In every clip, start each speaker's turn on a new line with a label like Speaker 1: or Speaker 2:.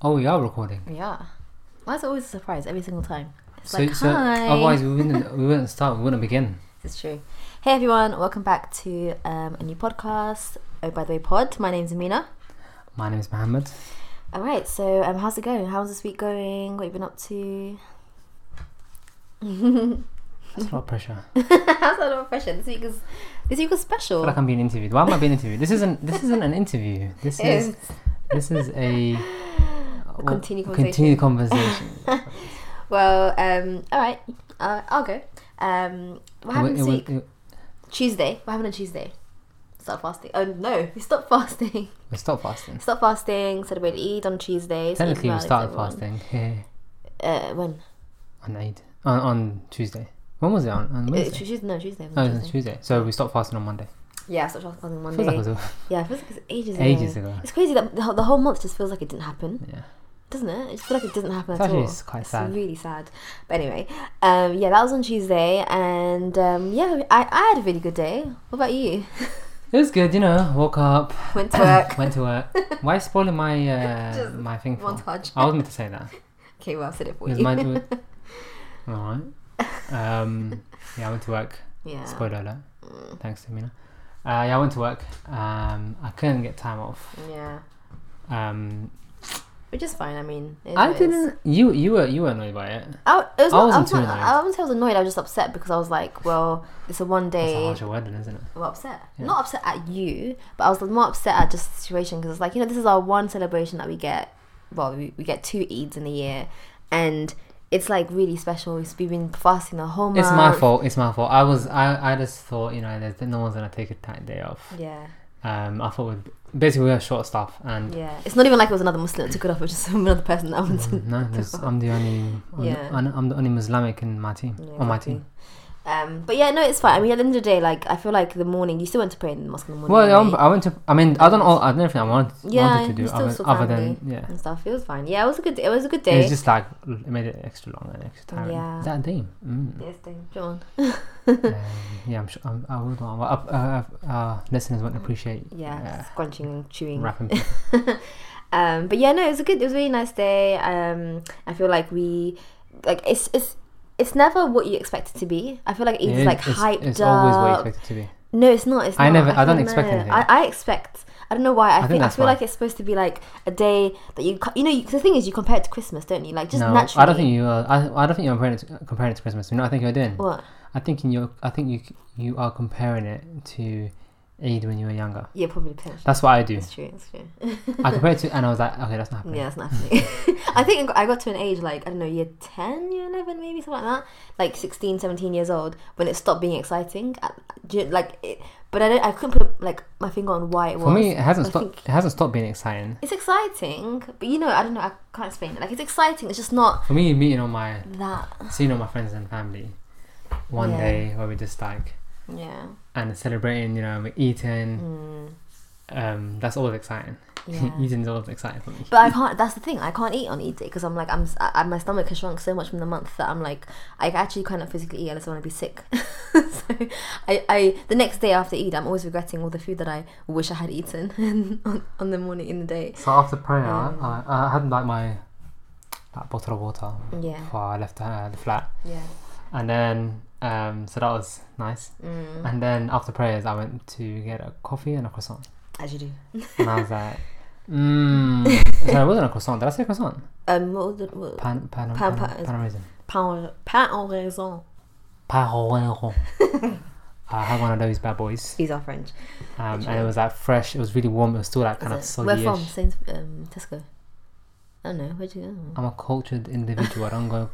Speaker 1: Oh, we are recording.
Speaker 2: Yeah. That's always a surprise every single time. It's
Speaker 1: So,
Speaker 2: like,
Speaker 1: so
Speaker 2: hi.
Speaker 1: otherwise we wouldn't we wouldn't start. We wouldn't begin.
Speaker 2: It's true. Hey, everyone. Welcome back to um, a new podcast. Oh, by the way, pod. My name's Amina.
Speaker 1: My name is Mohammed.
Speaker 2: All right. So, um, how's it going? How's this week going? What you been up to?
Speaker 1: That's a lot of pressure. I
Speaker 2: how's that all pressure? This week is this week was special.
Speaker 1: feel like I'm being interviewed. Why am I being interviewed? This isn't this isn't an interview. This
Speaker 2: It
Speaker 1: is
Speaker 2: is.
Speaker 1: this is a, well,
Speaker 2: continued
Speaker 1: continued conversation.
Speaker 2: Well, um, all right. Uh, I'll go. Um, what happened
Speaker 1: It
Speaker 2: this
Speaker 1: wa-
Speaker 2: week?
Speaker 1: it wa-
Speaker 2: Tuesday. What happened on Tuesday? Stop fasting. Oh no, we stopped fasting.
Speaker 1: we stopped fasting.
Speaker 2: Stop fasting. Celebrate Eid on Tuesday. so
Speaker 1: Technically, we
Speaker 2: email
Speaker 1: started
Speaker 2: everyone.
Speaker 1: fasting yeah,
Speaker 2: Uh, when?
Speaker 1: on Eid on, on Tuesday. When was it on? On
Speaker 2: Uh,
Speaker 1: Wednesday.
Speaker 2: Tuesday? No, Tuesday.
Speaker 1: Oh,
Speaker 2: wasn't
Speaker 1: it was on
Speaker 2: Tuesday.
Speaker 1: Tuesday. So we stopped fasting on Monday.
Speaker 2: Yeah, I stopped fasting Monday.
Speaker 1: Feels like it was a-
Speaker 2: yeah, it feels like it's ages ago.
Speaker 1: ages ago.
Speaker 2: It's crazy that the whole, the whole month just feels like it didn't happen,
Speaker 1: Yeah.
Speaker 2: doesn't it? I just feel like it doesn't happen
Speaker 1: It's
Speaker 2: at
Speaker 1: actually
Speaker 2: all.
Speaker 1: it's quite sad.
Speaker 2: It's really sad. But anyway, um, yeah, that was on Tuesday, and um, yeah, I, I had a really good day. What about you?
Speaker 1: It was good, you know. Woke up,
Speaker 2: Went to work.
Speaker 1: went to work. Why are you spoiling my uh,
Speaker 2: Just
Speaker 1: my thing? For?
Speaker 2: montage.
Speaker 1: I was meant to say that.
Speaker 2: okay, well, I said it
Speaker 1: Oh. It
Speaker 2: for
Speaker 1: was
Speaker 2: you.
Speaker 1: my, all right. Um, yeah, I went to work.
Speaker 2: yeah.
Speaker 1: Spoiler alert.
Speaker 2: Mm.
Speaker 1: Thanks, Amina. Uh, yeah, I went to work. Um, I couldn't get time off.
Speaker 2: Yeah.
Speaker 1: Um,
Speaker 2: Which is fine. I mean, it is
Speaker 1: I
Speaker 2: what it is.
Speaker 1: didn't. You you were you were annoyed by it.
Speaker 2: I, it was
Speaker 1: I
Speaker 2: not-
Speaker 1: wasn't
Speaker 2: I was
Speaker 1: too
Speaker 2: not-
Speaker 1: annoyed.
Speaker 2: I wouldn't say I was annoyed. I was just upset because I was like, well, it's a one
Speaker 1: That's a
Speaker 2: day.
Speaker 1: harsher word, isn't it?
Speaker 2: Well, upset. Not upset at you, but I was more upset at just the situation because it's like you know this is our one celebration that we get. Well, we, we get two Eids in a year, and it's like really special. We've been fasting the whole month.
Speaker 1: It's my fault. It's my fault. I was I, I just thought you know there's no one's gonna take a tight day off.
Speaker 2: Yeah,
Speaker 1: Um, I thought we'd, basically we were short staff and
Speaker 2: yeah. It's not even like it was another Muslim that took it off. It was just another person that went. to-
Speaker 1: No, there's, I'm the only. I'm,
Speaker 2: Yeah.
Speaker 1: the, I'm, I'm the only Muslimic in my team.
Speaker 2: Yeah,
Speaker 1: on my
Speaker 2: exactly.
Speaker 1: team.
Speaker 2: Um, but yeah, no, it's fine. I mean, at the end of the day, like I feel like the morning you still went to pray in the mosque in the morning.
Speaker 1: Well,
Speaker 2: right?
Speaker 1: I'm- I went to. I mean, I don't. All, I don't know if I wanted,
Speaker 2: yeah,
Speaker 1: wanted to do
Speaker 2: you still
Speaker 1: other,
Speaker 2: saw
Speaker 1: other
Speaker 2: family
Speaker 1: than yeah.
Speaker 2: and stuff. It was fine. Yeah, it was a good. It was a good day.
Speaker 1: It's just like it made it extra long and extra tiring.
Speaker 2: Yeah.
Speaker 1: Is that a thing? Mm.
Speaker 2: Yes, thank you. Go on.
Speaker 1: um, yeah, I'm sure. I'm, I would want. Well, uh, uh, uh, listeners won't appreciate.
Speaker 2: Yeah,
Speaker 1: uh,
Speaker 2: scrunching and chewing.
Speaker 1: rapping.
Speaker 2: um but yeah no it was a good it was a really nice day um i feel like we like it's it's it's never what you expect it to be. I feel like it's like
Speaker 1: it's,
Speaker 2: hyped
Speaker 1: It's
Speaker 2: up.
Speaker 1: always what you expect it to be.
Speaker 2: No, it's not. It's
Speaker 1: I
Speaker 2: not.
Speaker 1: never- I don't
Speaker 2: feel-
Speaker 1: expect
Speaker 2: no.
Speaker 1: anything.
Speaker 2: I, I expect. I don't know why. I,
Speaker 1: think
Speaker 2: think, I
Speaker 1: that's
Speaker 2: feel
Speaker 1: why.
Speaker 2: like it's supposed to be like a day that you co- you know you, the thing is you compare it to Christmas, don't you? Like just
Speaker 1: no,
Speaker 2: naturally.
Speaker 1: I don't think you are. I, I don't think you're comparing it, to, comparing it to Christmas. You know, what I think you're doing.
Speaker 2: What?
Speaker 1: I think in your. I think you you are comparing it to Eid when you were younger.
Speaker 2: Yeah, probably potentially.
Speaker 1: That's what I do.
Speaker 2: That's true. That's true.
Speaker 1: I compared it to, and I was like, okay, that's not happening.
Speaker 2: Yeah, that's not happening. I think I got to an age like, I don't know, year 10, year 11, maybe something like that, like 16, 17 years old, when it stopped being exciting. I- do you- Like, it, but I, don't, I couldn't put like my finger on why it was.
Speaker 1: For me, it hasn't
Speaker 2: I
Speaker 1: stopped.
Speaker 2: think-
Speaker 1: It hasn't stopped being exciting.
Speaker 2: It's exciting, but you know, I don't know, I can't explain it. Like, it's exciting, it's just not
Speaker 1: For me, meeting all my,
Speaker 2: that.
Speaker 1: seeing all my friends and family, one
Speaker 2: Yeah.
Speaker 1: day where we just like
Speaker 2: Yeah.
Speaker 1: and celebrating, you know, we're eating. Um, that's always exciting.
Speaker 2: Mm. Yeah.
Speaker 1: Eating's always exciting for me.
Speaker 2: But I can't. That's the thing. I can't eat on Eid day because I'm like I'm. s- I, I- my stomach has shrunk so much from the month that I'm like I actually cannot physically eat. I just want to be sick. so I, I the next day after Eid, I'm always regretting all the food that I wish I had eaten on, on the morning in the day.
Speaker 1: So after prayer,
Speaker 2: Um,
Speaker 1: I, I had like my like bottle of water
Speaker 2: Yeah.
Speaker 1: before I left uh, the flat,
Speaker 2: Yeah.
Speaker 1: and then um, so that was nice.
Speaker 2: Mm,
Speaker 1: And then after prayers, I went to get a coffee and a croissant,
Speaker 2: as you do.
Speaker 1: and I was like. Mmm. So it wasn't a croissant. Did I say croissant?
Speaker 2: Um. What was the what,
Speaker 1: Pan, pan, pan,
Speaker 2: Pan-
Speaker 1: pan,
Speaker 2: pan-
Speaker 1: panorism.
Speaker 2: pain pain en raison?
Speaker 1: Parole. I had one of those bad boys,
Speaker 2: These are French.
Speaker 1: um, and it was like fresh. It was really warm. It was still like kind of
Speaker 2: Is it? Where
Speaker 1: soggy.
Speaker 2: from? Saints, um, Tesco. I don't know. Where'd you go?
Speaker 1: I'm a cultured individual. I don't go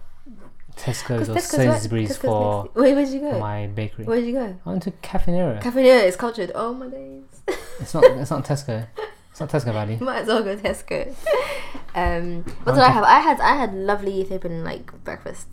Speaker 1: Tesco's or
Speaker 2: Tesco's right-
Speaker 1: Sainsbury's
Speaker 2: Tesco's
Speaker 1: for
Speaker 2: next- Wait, where'd you
Speaker 1: for
Speaker 2: go?
Speaker 1: my bakery.
Speaker 2: Where'd you go?
Speaker 1: I went to Cafinera.
Speaker 2: Cafeteria is cultured. Oh my days.
Speaker 1: it's not. It's not Tesco. It's not Tesco Valley.
Speaker 2: You might as well go Tesco. um, what
Speaker 1: I'm
Speaker 2: did I
Speaker 1: def-
Speaker 2: have? I had I had lovely Ethiopian like breakfast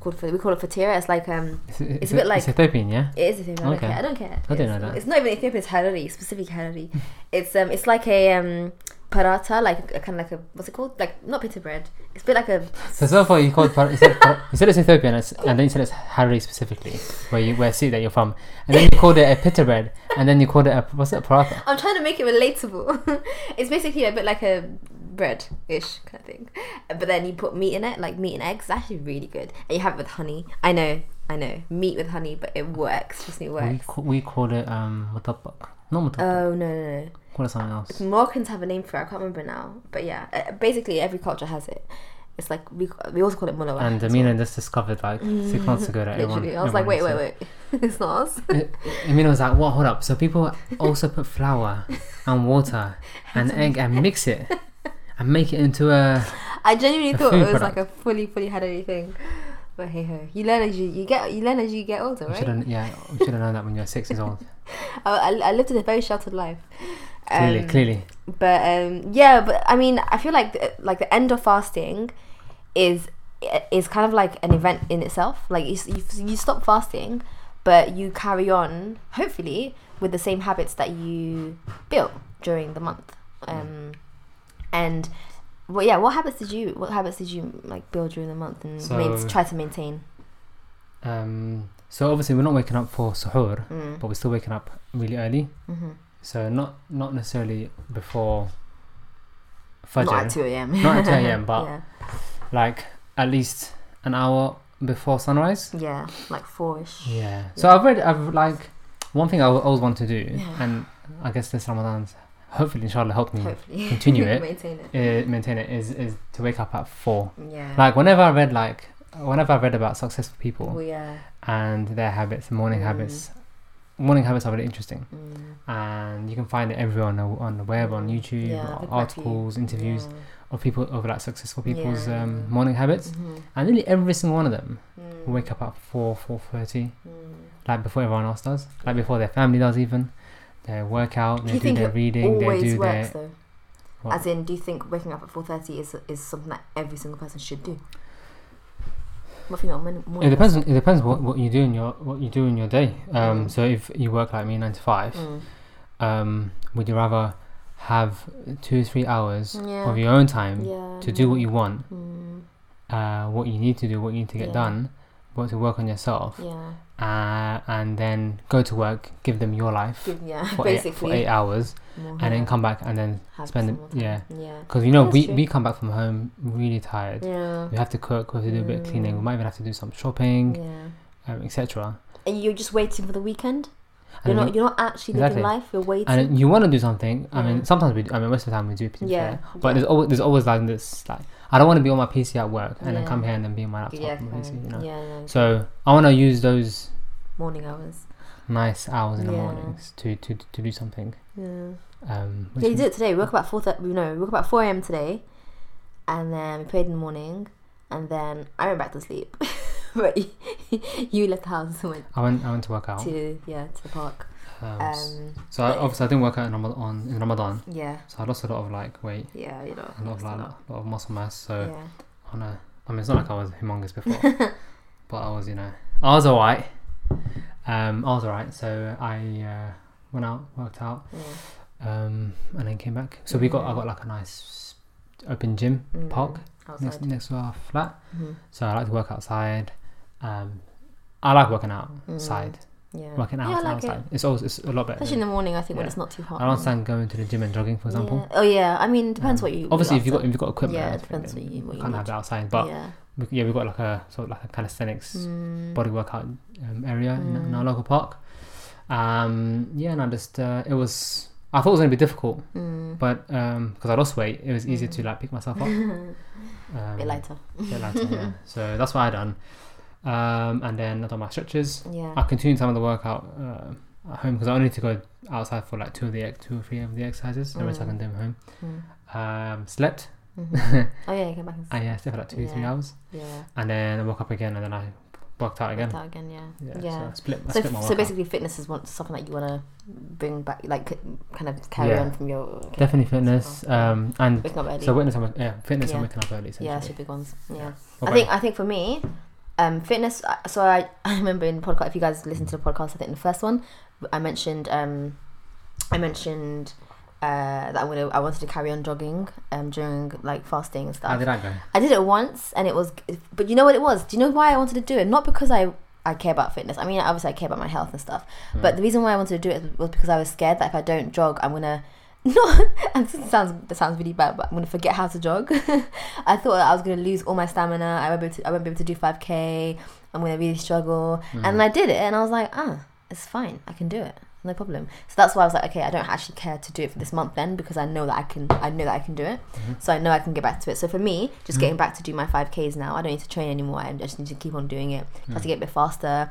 Speaker 2: called for we call it fatira. It's like um,
Speaker 1: It's, it's,
Speaker 2: a bit like-
Speaker 1: it's Ethiopian, yeah.
Speaker 2: it is Ethiopian. I don't
Speaker 1: Okay.
Speaker 2: care. I don't care.
Speaker 1: I didn't
Speaker 2: it's,
Speaker 1: know that.
Speaker 2: It's not even Ethiopian. It's Harari, specific Harari. it's um, it's like a um, paratha, like a, kind of like a what's it called? Like not pita bread. It's a bit like a
Speaker 1: So so far you called par- you said, par- you said it's Ethiopian it's, and then you said it's Harare specifically where you where city that you're from and then you called it a pita bread and then you called it a what's it a paratha
Speaker 2: I'm trying to make it relatable. it's basically a bit like a bread ish kind of thing. But then you put meat in it, like meat and eggs. It's actually really good. And you have it with honey. I know, I know, meat with honey, but it works. Trust me, it
Speaker 1: We,
Speaker 2: works.
Speaker 1: ca- we called it um, mutabbak. Not mutabbak.
Speaker 2: Oh no, no, no.
Speaker 1: call it something else.
Speaker 2: Moroccans have a name for it. I can't remember now. But yeah, uh, basically every culture has it. It's like we we also call it mulawa.
Speaker 1: And
Speaker 2: as
Speaker 1: Amina just discovered like six months ago that
Speaker 2: well.
Speaker 1: everyone.
Speaker 2: literally, I was like,
Speaker 1: everyone
Speaker 2: wait,
Speaker 1: eats it.
Speaker 2: wait, wait. it's not us.
Speaker 1: I- Amina was like, "What? Hold up! So people also put flour and water and egg and mix it and make it into a."
Speaker 2: I genuinely
Speaker 1: A
Speaker 2: thought
Speaker 1: food
Speaker 2: it was like a fully, fully Hadari thing. But hey ho, you learn as you, you get you learn as you get older,
Speaker 1: You
Speaker 2: right?
Speaker 1: should have, yeah, you should have known that when you were six years old.
Speaker 2: I, I, I lived in a very sheltered life.
Speaker 1: Clearly,
Speaker 2: Um,
Speaker 1: clearly,
Speaker 2: But um, yeah, but I mean, I feel like the, like the end of fasting is is kind of like an event in itself. Like you, s- you, s- you stop fasting, but you carry on, hopefully, with the same habits that you built during the month. Um, and well, yeah, what habits did you what habits did you like build during the month and main-
Speaker 1: So-
Speaker 2: try to maintain?
Speaker 1: Um, so obviously, we're not waking up for suhoor,
Speaker 2: Mm.
Speaker 1: but we're still waking up really early.
Speaker 2: hmm
Speaker 1: So not not necessarily before fajr,
Speaker 2: Not at two a.m.
Speaker 1: Not at 2 a.m., but-
Speaker 2: yeah,
Speaker 1: like at least an hour before sunrise.
Speaker 2: yeah, like four-ish.
Speaker 1: Yeah. So I've read. I've like one thing I wa- always want to do,
Speaker 2: Yeah.
Speaker 1: and I guess this Ramadan's hopefully inshallah helped me
Speaker 2: Hopefully,
Speaker 1: Mm. Continue it.
Speaker 2: maintain it.
Speaker 1: uh, maintain it is is to wake up at four.
Speaker 2: Yeah.
Speaker 1: Like whenever I read like whenever I read about successful people
Speaker 2: we uh, are.
Speaker 1: and their habits, morning
Speaker 2: Mm.
Speaker 1: habits. Morning habits are really interesting,
Speaker 2: Mm,
Speaker 1: and you can find it everywhere on the, on the web, on YouTube,
Speaker 2: Yeah, I
Speaker 1: or
Speaker 2: think quite a few.
Speaker 1: articles, interviews of people of like successful people's
Speaker 2: Yeah.
Speaker 1: um, morning habits,
Speaker 2: Mhm.
Speaker 1: and nearly every single one of them
Speaker 2: Mm,
Speaker 1: wake up at four four thirty,
Speaker 2: mm.
Speaker 1: like before everyone else does, like before their family does even. They work out,
Speaker 2: Do
Speaker 1: they
Speaker 2: you
Speaker 1: do,
Speaker 2: think
Speaker 1: their
Speaker 2: it
Speaker 1: reading, they
Speaker 2: Always
Speaker 1: do
Speaker 2: works
Speaker 1: their
Speaker 2: though.
Speaker 1: What?
Speaker 2: As in, do you think waking up at four thirty is is something that every single person should do? What if you're not mon-
Speaker 1: It
Speaker 2: morning
Speaker 1: depends.
Speaker 2: person?
Speaker 1: It depends what, what you do in your what you do in your day. Um,
Speaker 2: Mm.
Speaker 1: So if you work like me nine to five, um, would you rather have two three hours
Speaker 2: Yeah.
Speaker 1: of your own time
Speaker 2: Mm, yeah.
Speaker 1: um, to do what you want,
Speaker 2: Mm,
Speaker 1: uh, what you need to do, what you need to get
Speaker 2: Yeah.
Speaker 1: done, what to work on yourself,
Speaker 2: yeah.
Speaker 1: uh, and then go to work, give them your life
Speaker 2: Give, yeah.
Speaker 1: for eight,
Speaker 2: basically.
Speaker 1: for eight hours,
Speaker 2: More
Speaker 1: and then
Speaker 2: help,
Speaker 1: come back and then
Speaker 2: have
Speaker 1: spend
Speaker 2: some
Speaker 1: the-
Speaker 2: more time.
Speaker 1: yeah.
Speaker 2: Yeah.
Speaker 1: because you know
Speaker 2: That's
Speaker 1: we,
Speaker 2: true.
Speaker 1: we come back from home really tired.
Speaker 2: Yeah.
Speaker 1: We have to cook, we have to do a bit of cleaning, we
Speaker 2: Mm.
Speaker 1: might even have to do some shopping,
Speaker 2: Yeah.
Speaker 1: um, etc.
Speaker 2: And you're just waiting for the weekend. You're
Speaker 1: And
Speaker 2: not. You're not actually
Speaker 1: Exactly.
Speaker 2: living life. You're waiting.
Speaker 1: and you want to do something. I mean,
Speaker 2: Mm.
Speaker 1: sometimes we. Do, I mean, most of the time we do. To be
Speaker 2: Yeah,
Speaker 1: fair. But
Speaker 2: yeah.
Speaker 1: there's always there's always like this. Like I don't want to be on my PC at work and then
Speaker 2: Yeah.
Speaker 1: come here and then be on my laptop.
Speaker 2: yeah.
Speaker 1: and
Speaker 2: fine.
Speaker 1: PC, you know.
Speaker 2: Yeah. No.
Speaker 1: So I want to use those
Speaker 2: morning hours.
Speaker 1: nice hours in the
Speaker 2: Yeah.
Speaker 1: mornings to, to to do something.
Speaker 2: Yeah.
Speaker 1: Um, which
Speaker 2: Yeah, you
Speaker 1: is-
Speaker 2: did it today. We woke up at four thirty. No, we woke up at four a.m. today, and then we prayed in the morning, and then I went back to sleep. but you, you left the house and went
Speaker 1: I went I went to work out.
Speaker 2: to yeah to the park.
Speaker 1: Um, s-
Speaker 2: Um,
Speaker 1: so I,
Speaker 2: but-
Speaker 1: obviously I didn't work out in Ramadan, on, in Ramadan.
Speaker 2: yeah,
Speaker 1: So I lost a lot of like weight,
Speaker 2: yeah, you know,
Speaker 1: a lot of like, lot of muscle mass. So
Speaker 2: yeah,
Speaker 1: on a, I mean, it's not like I was humongous before, but I was, you know, I was alright. Um, I was alright. So I uh, went out, worked out,
Speaker 2: yeah.
Speaker 1: um, and then came back. So we got, I got like a nice open gym
Speaker 2: Mm,
Speaker 1: park next
Speaker 2: outside.
Speaker 1: next to our flat.
Speaker 2: Mhm.
Speaker 1: So I like to work outside. Um, I like working outside.
Speaker 2: Yeah,
Speaker 1: Working out
Speaker 2: yeah, I like
Speaker 1: outside.
Speaker 2: it.
Speaker 1: It's always it's a lot better.
Speaker 2: Especially in
Speaker 1: than-
Speaker 2: the morning, I think when
Speaker 1: Yeah.
Speaker 2: it's not too hot.
Speaker 1: I don't understand going to the gym and jogging, for example.
Speaker 2: Yeah. Oh yeah, I mean, depends
Speaker 1: Um,
Speaker 2: what you.
Speaker 1: obviously if
Speaker 2: you
Speaker 1: you've got if you've got equipment,
Speaker 2: Yeah,
Speaker 1: and
Speaker 2: it
Speaker 1: everything,
Speaker 2: depends what
Speaker 1: then
Speaker 2: you- what you
Speaker 1: can't
Speaker 2: need
Speaker 1: have
Speaker 2: to-
Speaker 1: that outside. But
Speaker 2: yeah.
Speaker 1: we, yeah, we've got like a sort of like a calisthenics
Speaker 2: Mm.
Speaker 1: body workout um, area in, in our
Speaker 2: Mm.
Speaker 1: local park. Um, yeah, and I just uh, it was I thought it was gonna be difficult,
Speaker 2: Mm.
Speaker 1: but because I lost weight, it was easier to like pick myself up. Um,
Speaker 2: Bit lighter.
Speaker 1: bit lighter, yeah. So that's what I done, um, and then I done my stretches.
Speaker 2: Yeah.
Speaker 1: I continued some of the workout uh, at home because I only need to go outside for like two of the ex- two or three of the exercises. The rest I
Speaker 2: Mm.
Speaker 1: can do at home.
Speaker 2: Mm.
Speaker 1: Um, slept.
Speaker 2: Mhm.
Speaker 1: I
Speaker 2: Oh yeah, you came back. And, s-
Speaker 1: yeah, slept for like two three
Speaker 2: Yeah.
Speaker 1: hours,
Speaker 2: yeah.
Speaker 1: and then I woke up again, and then I worked out again.
Speaker 2: Worked out again, yeah.
Speaker 1: Yeah, So
Speaker 2: Yeah.
Speaker 1: I split. I
Speaker 2: So,
Speaker 1: split my
Speaker 2: f- so
Speaker 1: workout.
Speaker 2: basically, fitness is one, something that you want to bring back, like c- kind of carry
Speaker 1: Yeah.
Speaker 2: on from your okay.
Speaker 1: Definitely fitness. Um, and
Speaker 2: waking up early.
Speaker 1: so witness, and wak- yeah, fitness and
Speaker 2: Yeah.
Speaker 1: waking up early. Essentially.
Speaker 2: yeah, that's your big ones. Yeah,
Speaker 1: What
Speaker 2: I
Speaker 1: about
Speaker 2: think I think for me, um, fitness. I- So I, I remember in the podcast. If you guys listened to the podcast, I think the first one, I mentioned um, I mentioned uh, that I'm gonna I wanted to carry on jogging um during like fasting and
Speaker 1: you?
Speaker 2: stuff.
Speaker 1: How did I go?
Speaker 2: I did it once and it was, but you know what it was? Do you know why I wanted to do it? Not because I, I care about fitness. I mean, obviously I care about my health and stuff. But the reason why I wanted to do it was because I was scared that if I don't jog, I'm gonna No, and this sounds that sounds really bad, but I'm gonna forget how to jog. I thought that I was gonna lose all my stamina. I won't be able to, I won't be able to do five k. I'm gonna really struggle,
Speaker 1: Mm.
Speaker 2: and I did it, and I was like, ah, it's fine. I can do it, no problem. So that's why I was like, okay, I don't actually care to do it for this month then because I know that I can. I know that I can do it,
Speaker 1: Mm-hmm.
Speaker 2: so I know I can get back to it. So for me, just
Speaker 1: Mm.
Speaker 2: getting back to do my five k's now. I don't need to train anymore. I just need to keep on doing it.
Speaker 1: Mm.
Speaker 2: Have to get a bit faster.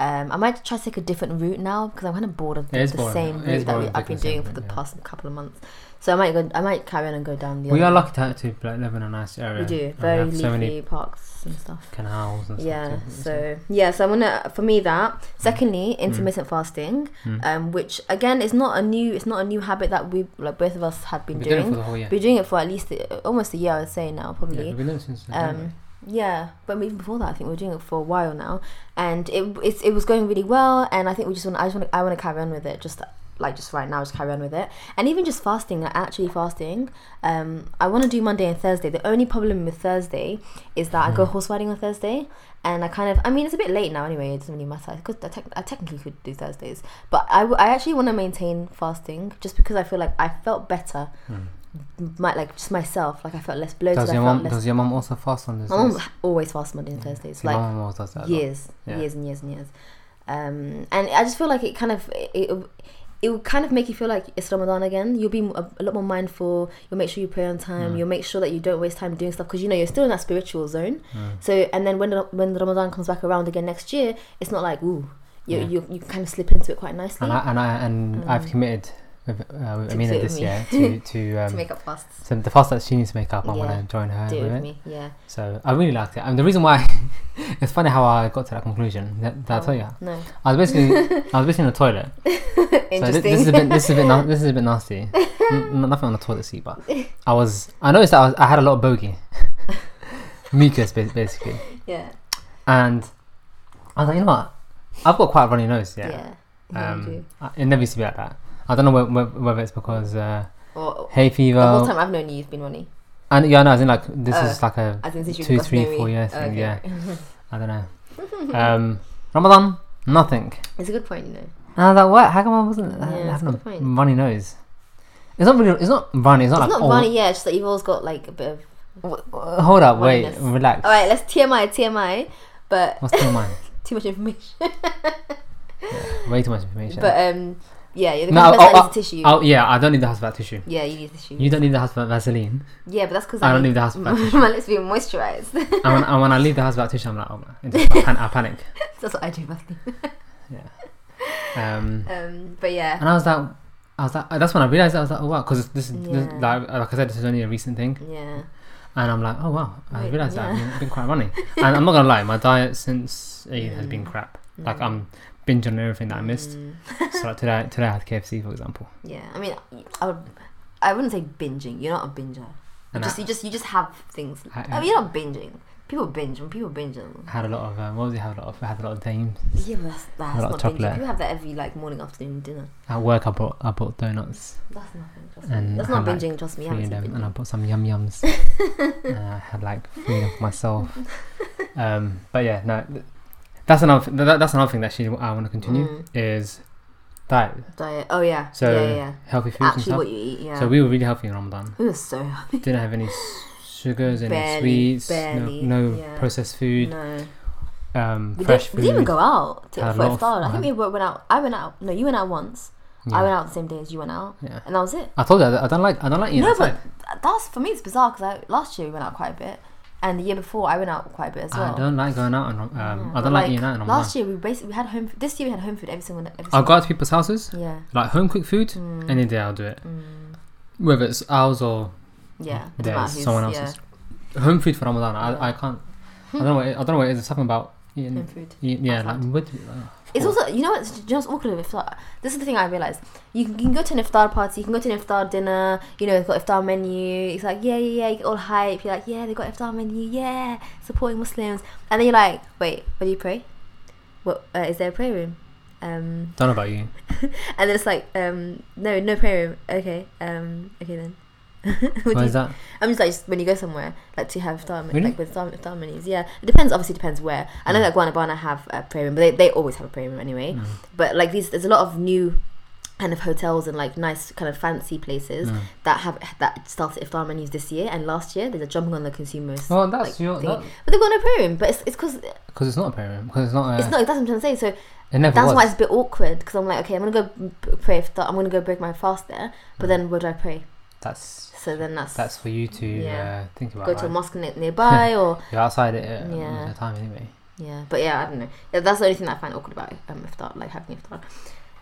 Speaker 2: Um, I might try to take a different route now because I'm kind of bored of
Speaker 1: It
Speaker 2: the,
Speaker 1: is
Speaker 2: the
Speaker 1: boring.
Speaker 2: same
Speaker 1: It is
Speaker 2: route that
Speaker 1: boring
Speaker 2: we, I've
Speaker 1: taking
Speaker 2: been
Speaker 1: the same
Speaker 2: doing for
Speaker 1: route,
Speaker 2: the
Speaker 1: yeah.
Speaker 2: past couple of months. So I might go. I might carry on and go down the.
Speaker 1: We
Speaker 2: other
Speaker 1: are
Speaker 2: one.
Speaker 1: lucky to actually like, live in a nice area.
Speaker 2: We do
Speaker 1: and
Speaker 2: very
Speaker 1: have
Speaker 2: leafy
Speaker 1: so many
Speaker 2: parks and stuff.
Speaker 1: canals and stuff.
Speaker 2: Yeah.
Speaker 1: too.
Speaker 2: So yeah. So I'm gonna for me that. Secondly, intermittent fasting,
Speaker 1: Mm.
Speaker 2: um, which again is not a new. It's not a new habit that we like both of us have been
Speaker 1: we've been doing it
Speaker 2: doing.
Speaker 1: for the whole year.
Speaker 2: We're doing it for at least uh, almost a year, I would say now
Speaker 1: yeah,
Speaker 2: probably.
Speaker 1: we've been doing it since. January.
Speaker 2: Um, yeah, but even before that, I think we were doing it for a while now, and it it's, it was going really well. And I think we just want I just want I want to carry on with it, just like just right now, just carry on with it. And even just fasting, like actually fasting, um, I want to do Monday and Thursday. The only problem with Thursday is that I go
Speaker 1: Hmm.
Speaker 2: horse riding on Thursday, and I kind of I mean it's a bit late now anyway. It doesn't really matter. I could I, tec- I technically could do Thursdays, but I, w- I actually want to maintain fasting just because I feel like I felt better. My like just myself, like I felt less bloated.
Speaker 1: Hmm. does
Speaker 2: I
Speaker 1: your
Speaker 2: felt
Speaker 1: mom?
Speaker 2: less
Speaker 1: Does your mom also fast on this?
Speaker 2: my mum always fasts Monday and Thursdays,
Speaker 1: my
Speaker 2: like
Speaker 1: mum always does that. a lot.
Speaker 2: years,
Speaker 1: Yeah.
Speaker 2: years and years and years. Um, and I just feel like it kind of it, it, it will kind of make you feel like it's Ramadan again. You'll be a, a lot more mindful. You'll make sure you pray on time. You'll make sure that you don't waste time doing stuff because you know you're still in that spiritual zone.
Speaker 1: Mm.
Speaker 2: So and then when the- when the Ramadan comes back around again next year, it's not like ooh, you
Speaker 1: Yeah.
Speaker 2: you, you kind of slip into it quite nicely
Speaker 1: And I and I and I've committed with, uh, with
Speaker 2: Um, To
Speaker 1: Amina
Speaker 2: do it
Speaker 1: this
Speaker 2: with me.
Speaker 1: year to to
Speaker 2: to
Speaker 1: um.
Speaker 2: make up fasts.
Speaker 1: So the fast that she needs to make up, I'm
Speaker 2: Yeah.
Speaker 1: gonna join her
Speaker 2: Do it
Speaker 1: with
Speaker 2: with
Speaker 1: it.
Speaker 2: me, yeah.
Speaker 1: So I really liked it, and the reason why it's funny how I got to that conclusion. That, that I tell you,
Speaker 2: No,
Speaker 1: I was basically I was basically in the toilet. So this,
Speaker 2: interesting.
Speaker 1: this is a bit this is a bit na- this is a bit nasty. N- n- nothing on the toilet seat, but I was I noticed that I, was, I had a lot of bogey, mucus ba- basically,
Speaker 2: yeah,
Speaker 1: and I was like, you know what, I've got quite a runny nose.
Speaker 2: yeah.
Speaker 1: Yeah,
Speaker 2: Yeah, you do.
Speaker 1: um, I, it never used to be like that. I don't know whe- whe- whether it's because uh,
Speaker 2: Or- or-
Speaker 1: hay
Speaker 2: the whole
Speaker 1: fever,
Speaker 2: time I've known you, you've been running.
Speaker 1: and yeah, no, I think like this
Speaker 2: Oh.
Speaker 1: is like a
Speaker 2: As in, since you
Speaker 1: Two,
Speaker 2: got to
Speaker 1: three,
Speaker 2: know me.
Speaker 1: four year thing,
Speaker 2: Okay.
Speaker 1: yeah. I don't know. Um, Ramadan, nothing.
Speaker 2: It's a good point, you know.
Speaker 1: And I was like, what? How come I wasn't uh,
Speaker 2: Yeah, it's
Speaker 1: having
Speaker 2: a
Speaker 1: a
Speaker 2: good point.
Speaker 1: runny nose? It's not really. It's not runny. It's not
Speaker 2: It's
Speaker 1: like
Speaker 2: not
Speaker 1: oh,
Speaker 2: runny, yeah, it's just that you've always got like a bit of.
Speaker 1: w- w- Hold up, wait,
Speaker 2: Runniness. Oh.
Speaker 1: relax.
Speaker 2: Alright, let's TMI, TMI, but
Speaker 1: What's still mine?
Speaker 2: too much information.
Speaker 1: Way too much information.
Speaker 2: But um, yeah, you're the
Speaker 1: No,
Speaker 2: kind of person
Speaker 1: oh,
Speaker 2: that needs tissue.
Speaker 1: oh yeah, I don't need the house without tissue.
Speaker 2: yeah, you need tissue.
Speaker 1: You don't need the house without Vaseline.
Speaker 2: yeah, but that's because
Speaker 1: I don't need the house without tissue.
Speaker 2: my lips being moisturized.
Speaker 1: and, when, and when I leave the house without tissue, I'm like, oh man, I, pan- I panic.
Speaker 2: that's what I do, Bethany.
Speaker 1: Um,
Speaker 2: Um, but yeah,
Speaker 1: and I was like, I was like, that's when I realized I was like, oh wow, because this, is this
Speaker 2: Yeah.
Speaker 1: like, like I said, this is only a recent thing.
Speaker 2: yeah,
Speaker 1: And I'm like, oh wow, I
Speaker 2: Wait,
Speaker 1: realised that.
Speaker 2: yeah.
Speaker 1: I've been quite running. and I'm not gonna lie, my diet since Eid has been
Speaker 2: Mm.
Speaker 1: crap. Like I'm binging on everything that I missed.
Speaker 2: Mm,
Speaker 1: so like today, today I had KFC, for example.
Speaker 2: yeah, I mean, I, would, I wouldn't say binging. You're not a binger. You
Speaker 1: And
Speaker 2: just, you just, you just have things.
Speaker 1: I-
Speaker 2: I mean, you're not binging. People binge when people binge. on-
Speaker 1: I had a lot of um, what was it? Had a lot of I had a lot of dames
Speaker 2: Yeah, but that's, that's
Speaker 1: lot
Speaker 2: not
Speaker 1: of
Speaker 2: binging.
Speaker 1: chocolate.
Speaker 2: People have that every like morning, afternoon, dinner.
Speaker 1: at work. I bought I bought donuts,
Speaker 2: That's nothing. Trust me.
Speaker 1: And
Speaker 2: That's
Speaker 1: I
Speaker 2: not
Speaker 1: like
Speaker 2: binging. Trust me. I
Speaker 1: three
Speaker 2: haven't
Speaker 1: of
Speaker 2: seen
Speaker 1: them, and I
Speaker 2: binging.
Speaker 1: bought some yum yums. and I had like three of myself. Um, but yeah, no, th- that's another th- that, that's another thing that she I want to continue
Speaker 2: Mm.
Speaker 1: is diet,
Speaker 2: Diet. Oh yeah.
Speaker 1: So,
Speaker 2: yeah, yeah, yeah.
Speaker 1: healthy foods and
Speaker 2: Actually,
Speaker 1: stuff.
Speaker 2: what you eat. Yeah.
Speaker 1: So we were really healthy in Ramadan.
Speaker 2: we were so
Speaker 1: didn't have any s- sugars, any
Speaker 2: Barely,
Speaker 1: sweets,
Speaker 2: barely,
Speaker 1: no, no
Speaker 2: yeah.
Speaker 1: processed food,
Speaker 2: no.
Speaker 1: um,
Speaker 2: We,
Speaker 1: fresh
Speaker 2: didn't,
Speaker 1: food.
Speaker 2: we didn't even go out to,
Speaker 1: Had a
Speaker 2: for
Speaker 1: lot of
Speaker 2: iftar. I think
Speaker 1: fun.
Speaker 2: we were- went out. I went out. No, you went out once.
Speaker 1: yeah.
Speaker 2: I went out the same day as you went out,
Speaker 1: yeah.
Speaker 2: and that was it.
Speaker 1: I told her that I don't like I don't like eating
Speaker 2: no, but
Speaker 1: outside.
Speaker 2: th- that's for me. It's bizarre because I last year we went out quite a bit, and the year before I went out quite a bit as well.
Speaker 1: I don't like going out and um, I
Speaker 2: but,
Speaker 1: don't like, eating out and
Speaker 2: Last year we basically we had home. Food. This year we had home food every single night. Every
Speaker 1: I'll
Speaker 2: single,
Speaker 1: go out to people's houses,
Speaker 2: yeah.
Speaker 1: like home cooked food,
Speaker 2: Mm,
Speaker 1: any day I'll do it,
Speaker 2: mm,
Speaker 1: whether it's ours or
Speaker 2: yeah. It doesn't
Speaker 1: theirs,
Speaker 2: matter who's-
Speaker 1: someone
Speaker 2: yeah,
Speaker 1: else's. Home food for Ramadan,
Speaker 2: Yeah.
Speaker 1: I, I can't. I don't know. What it, I don't know what it is. It's something about
Speaker 2: Home
Speaker 1: eating.
Speaker 2: food.
Speaker 1: eating yeah,
Speaker 2: Outside.
Speaker 1: like wood.
Speaker 2: It's also you know what's just awkward with iftar. This is the thing I realized. You can, you can go to an iftar party, you can go to an iftar dinner. You know, they've got iftar menu. It's like yeah, yeah, yeah. You get all hype. You're like yeah, they got iftar menu. Yeah, supporting Muslims. And then you're like, wait, where do you pray? What uh, is there a prayer room? Um,
Speaker 1: don't know about you.
Speaker 2: and then it's like um, no, no prayer room. Okay, um, okay then. What do
Speaker 1: Why
Speaker 2: you-
Speaker 1: is that?
Speaker 2: I'm just like just when you go somewhere like to have star
Speaker 1: Really? Mm.
Speaker 2: like with star, star menus. Yeah, it depends. Obviously, depends where. I know that Guanabana have a prayer room, but they, they always have a prayer room anyway. But like these, there's a lot of new kind of hotels and like nice kind of fancy places
Speaker 1: Mm.
Speaker 2: that have that started iftar menus this year and last year they're jumping on the consumers.
Speaker 1: Well, that's
Speaker 2: like,
Speaker 1: your
Speaker 2: thing.
Speaker 1: because
Speaker 2: But they've got no program. But it's it's because
Speaker 1: it's not a premium because it's not a
Speaker 2: it's not. That's what I'm trying to say. So
Speaker 1: Uh. it never
Speaker 2: that's
Speaker 1: was.
Speaker 2: why it's a bit awkward because I'm like, okay, I'm gonna go b- pray iftar. I'm gonna go break my fast there. But then where do I pray?
Speaker 1: that's
Speaker 2: So then that's,
Speaker 1: Mm. that's for you to
Speaker 2: Yeah.
Speaker 1: uh, think about.
Speaker 2: go to a
Speaker 1: right?
Speaker 2: mosque ne- nearby or
Speaker 1: You're outside it uh,
Speaker 2: Yeah.
Speaker 1: the time anyway.
Speaker 2: Yeah, but yeah, I don't know. Yeah, that's the only thing that I find awkward about um, iftar, like having iftar.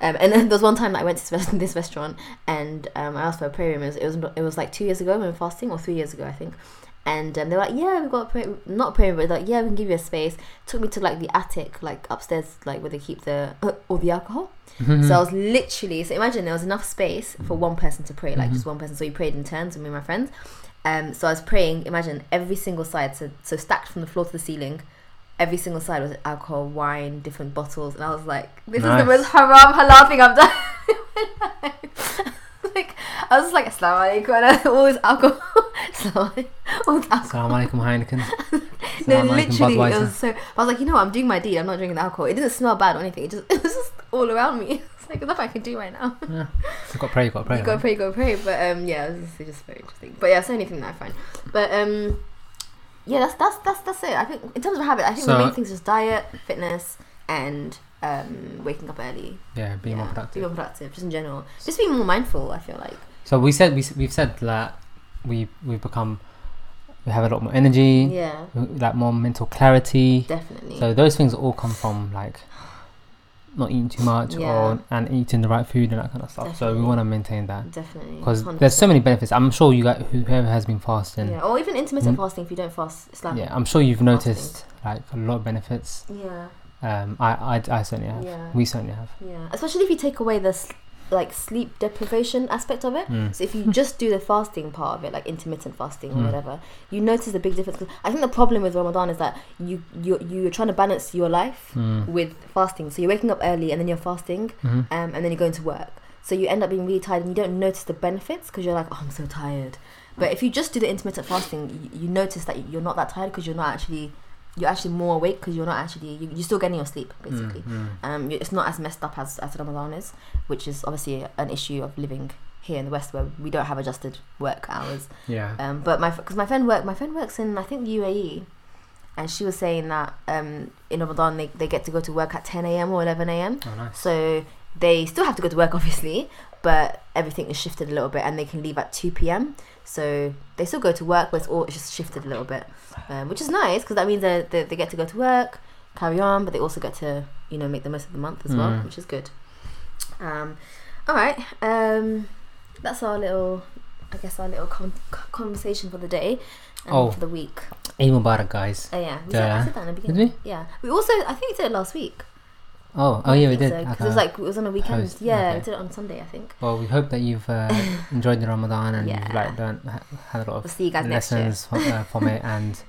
Speaker 2: Um, and then there was one time that I went to this, rest- this restaurant and um, I asked for a prayer room. It was, it was it was like two years ago when we were fasting, or three years ago, I think. And um, they were like, "Yeah, we've got a prayer, not a prayer room, but like, yeah, we can give you a space." Took me to like the attic, like upstairs, like where they keep the all the alcohol. So I was literally so imagine there was enough space for one person to pray, like
Speaker 1: Mhm.
Speaker 2: just one person. So we prayed in turns, with me and my friends. Um, so I was praying. Imagine every single side, so so stacked from the floor to the ceiling. Every single side was alcohol, wine, different bottles, and I was like, "This is
Speaker 1: Nice.
Speaker 2: the most haram halal thing I've done." like I was just like, "Assalamu alaikum," and I all this alcohol, Assalamu alaikum, all this alcohol.
Speaker 1: Assalamu alaikum Heineken.
Speaker 2: No,
Speaker 1: Assalamu alaikum,
Speaker 2: literally, it
Speaker 1: Budweiser.
Speaker 2: was so. I was like, you know, what, I'm doing my deed. I'm not drinking the alcohol. It didn't smell bad or anything. It just, it was just all around me. It's like nothing I can do right now.
Speaker 1: Yeah. You've got to pray, you've got to pray.
Speaker 2: you go
Speaker 1: right?
Speaker 2: pray, go pray. But um, yeah, it was just, it's just very interesting. But yeah, it's the only thing that I find. But um, yeah, that's that's that's that's it. I think in terms of habit, I think the
Speaker 1: So-
Speaker 2: main things is diet, fitness, and um, waking up early.
Speaker 1: Yeah, be more
Speaker 2: Yeah,
Speaker 1: productive.
Speaker 2: Be more productive, just in general. Just being more mindful. I feel like.
Speaker 1: So we said we, s- we've said that we we've become we have a lot more energy,
Speaker 2: Yeah,
Speaker 1: w- like more mental clarity.
Speaker 2: definitely.
Speaker 1: Mm. So those things all come from like not eating too much
Speaker 2: Yeah.
Speaker 1: or and eating the right food and that kind of stuff. So
Speaker 2: Definitely.
Speaker 1: we want to maintain that
Speaker 2: definitely.
Speaker 1: because there's so
Speaker 2: 100%.
Speaker 1: many benefits. I'm sure you guys, whoever has been fasting,
Speaker 2: Yeah, or even intermittent
Speaker 1: Mm.
Speaker 2: fasting if you don't fast. Islam.
Speaker 1: yeah, I'm sure you've
Speaker 2: Fasting.
Speaker 1: noticed like a lot of benefits.
Speaker 2: Yeah.
Speaker 1: Um, I, I I certainly have.
Speaker 2: Yeah.
Speaker 1: We certainly have.
Speaker 2: Yeah, especially if you take away the s- like sleep deprivation aspect of it.
Speaker 1: Mm.
Speaker 2: So if you just do the fasting part of it, like intermittent fasting or
Speaker 1: Mm.
Speaker 2: whatever, you notice the big difference. 'Cause I think the problem with Ramadan is that you you you're trying to balance your life
Speaker 1: Mm.
Speaker 2: with fasting. So you're waking up early and then you're fasting,
Speaker 1: Mhm.
Speaker 2: um, and then you're going to work. So you end up being really tired and you don't notice the benefits because you're like, oh, I'm so tired. But if you just do the intermittent fasting, you, you notice that you're not that tired because you're not actually you're actually more awake because you're not actually you, you're still getting your sleep basically.
Speaker 1: Mm,
Speaker 2: Um, it's not as messed up as, as Ramadan is, which is obviously an issue of living here in the West where we don't have adjusted work hours.
Speaker 1: mm. Yeah.
Speaker 2: Um, but my because my friend work my friend works in I think UAE, and she was saying that um, in Ramadan they, they get to go to work at ten a.m. or eleven a.m.
Speaker 1: Oh, nice.
Speaker 2: So they still have to go to work obviously, but everything is shifted a little bit and they can leave at two p.m. So they still go to work, but it's all it's just shifted a little bit, um, which is nice because that means they, they they get to go to work, carry on, but they also get to you know make the most of the month as well,
Speaker 1: Mm.
Speaker 2: which is good. Um, all right, um, that's our little, I guess our little con- con- conversation for the day, and
Speaker 1: Oh.
Speaker 2: for the week.
Speaker 1: Eid Mubarak, guys.
Speaker 2: Oh yeah, we said, I
Speaker 1: Yeah.
Speaker 2: said that in the
Speaker 1: Did
Speaker 2: beginning.
Speaker 1: we?
Speaker 2: Yeah, we also I think we did it last week.
Speaker 1: Oh, oh yeah, we did.
Speaker 2: because
Speaker 1: Okay.
Speaker 2: it was like it was on a weekend.
Speaker 1: Post,
Speaker 2: Yeah,
Speaker 1: okay.
Speaker 2: we did it on Sunday, I think.
Speaker 1: Well, we hope that you've uh, enjoyed the Ramadan and
Speaker 2: Yeah.
Speaker 1: you've like learned, ha- had a lot
Speaker 2: We'll
Speaker 1: of
Speaker 2: see you guys next year.
Speaker 1: lessons from, uh, from it. And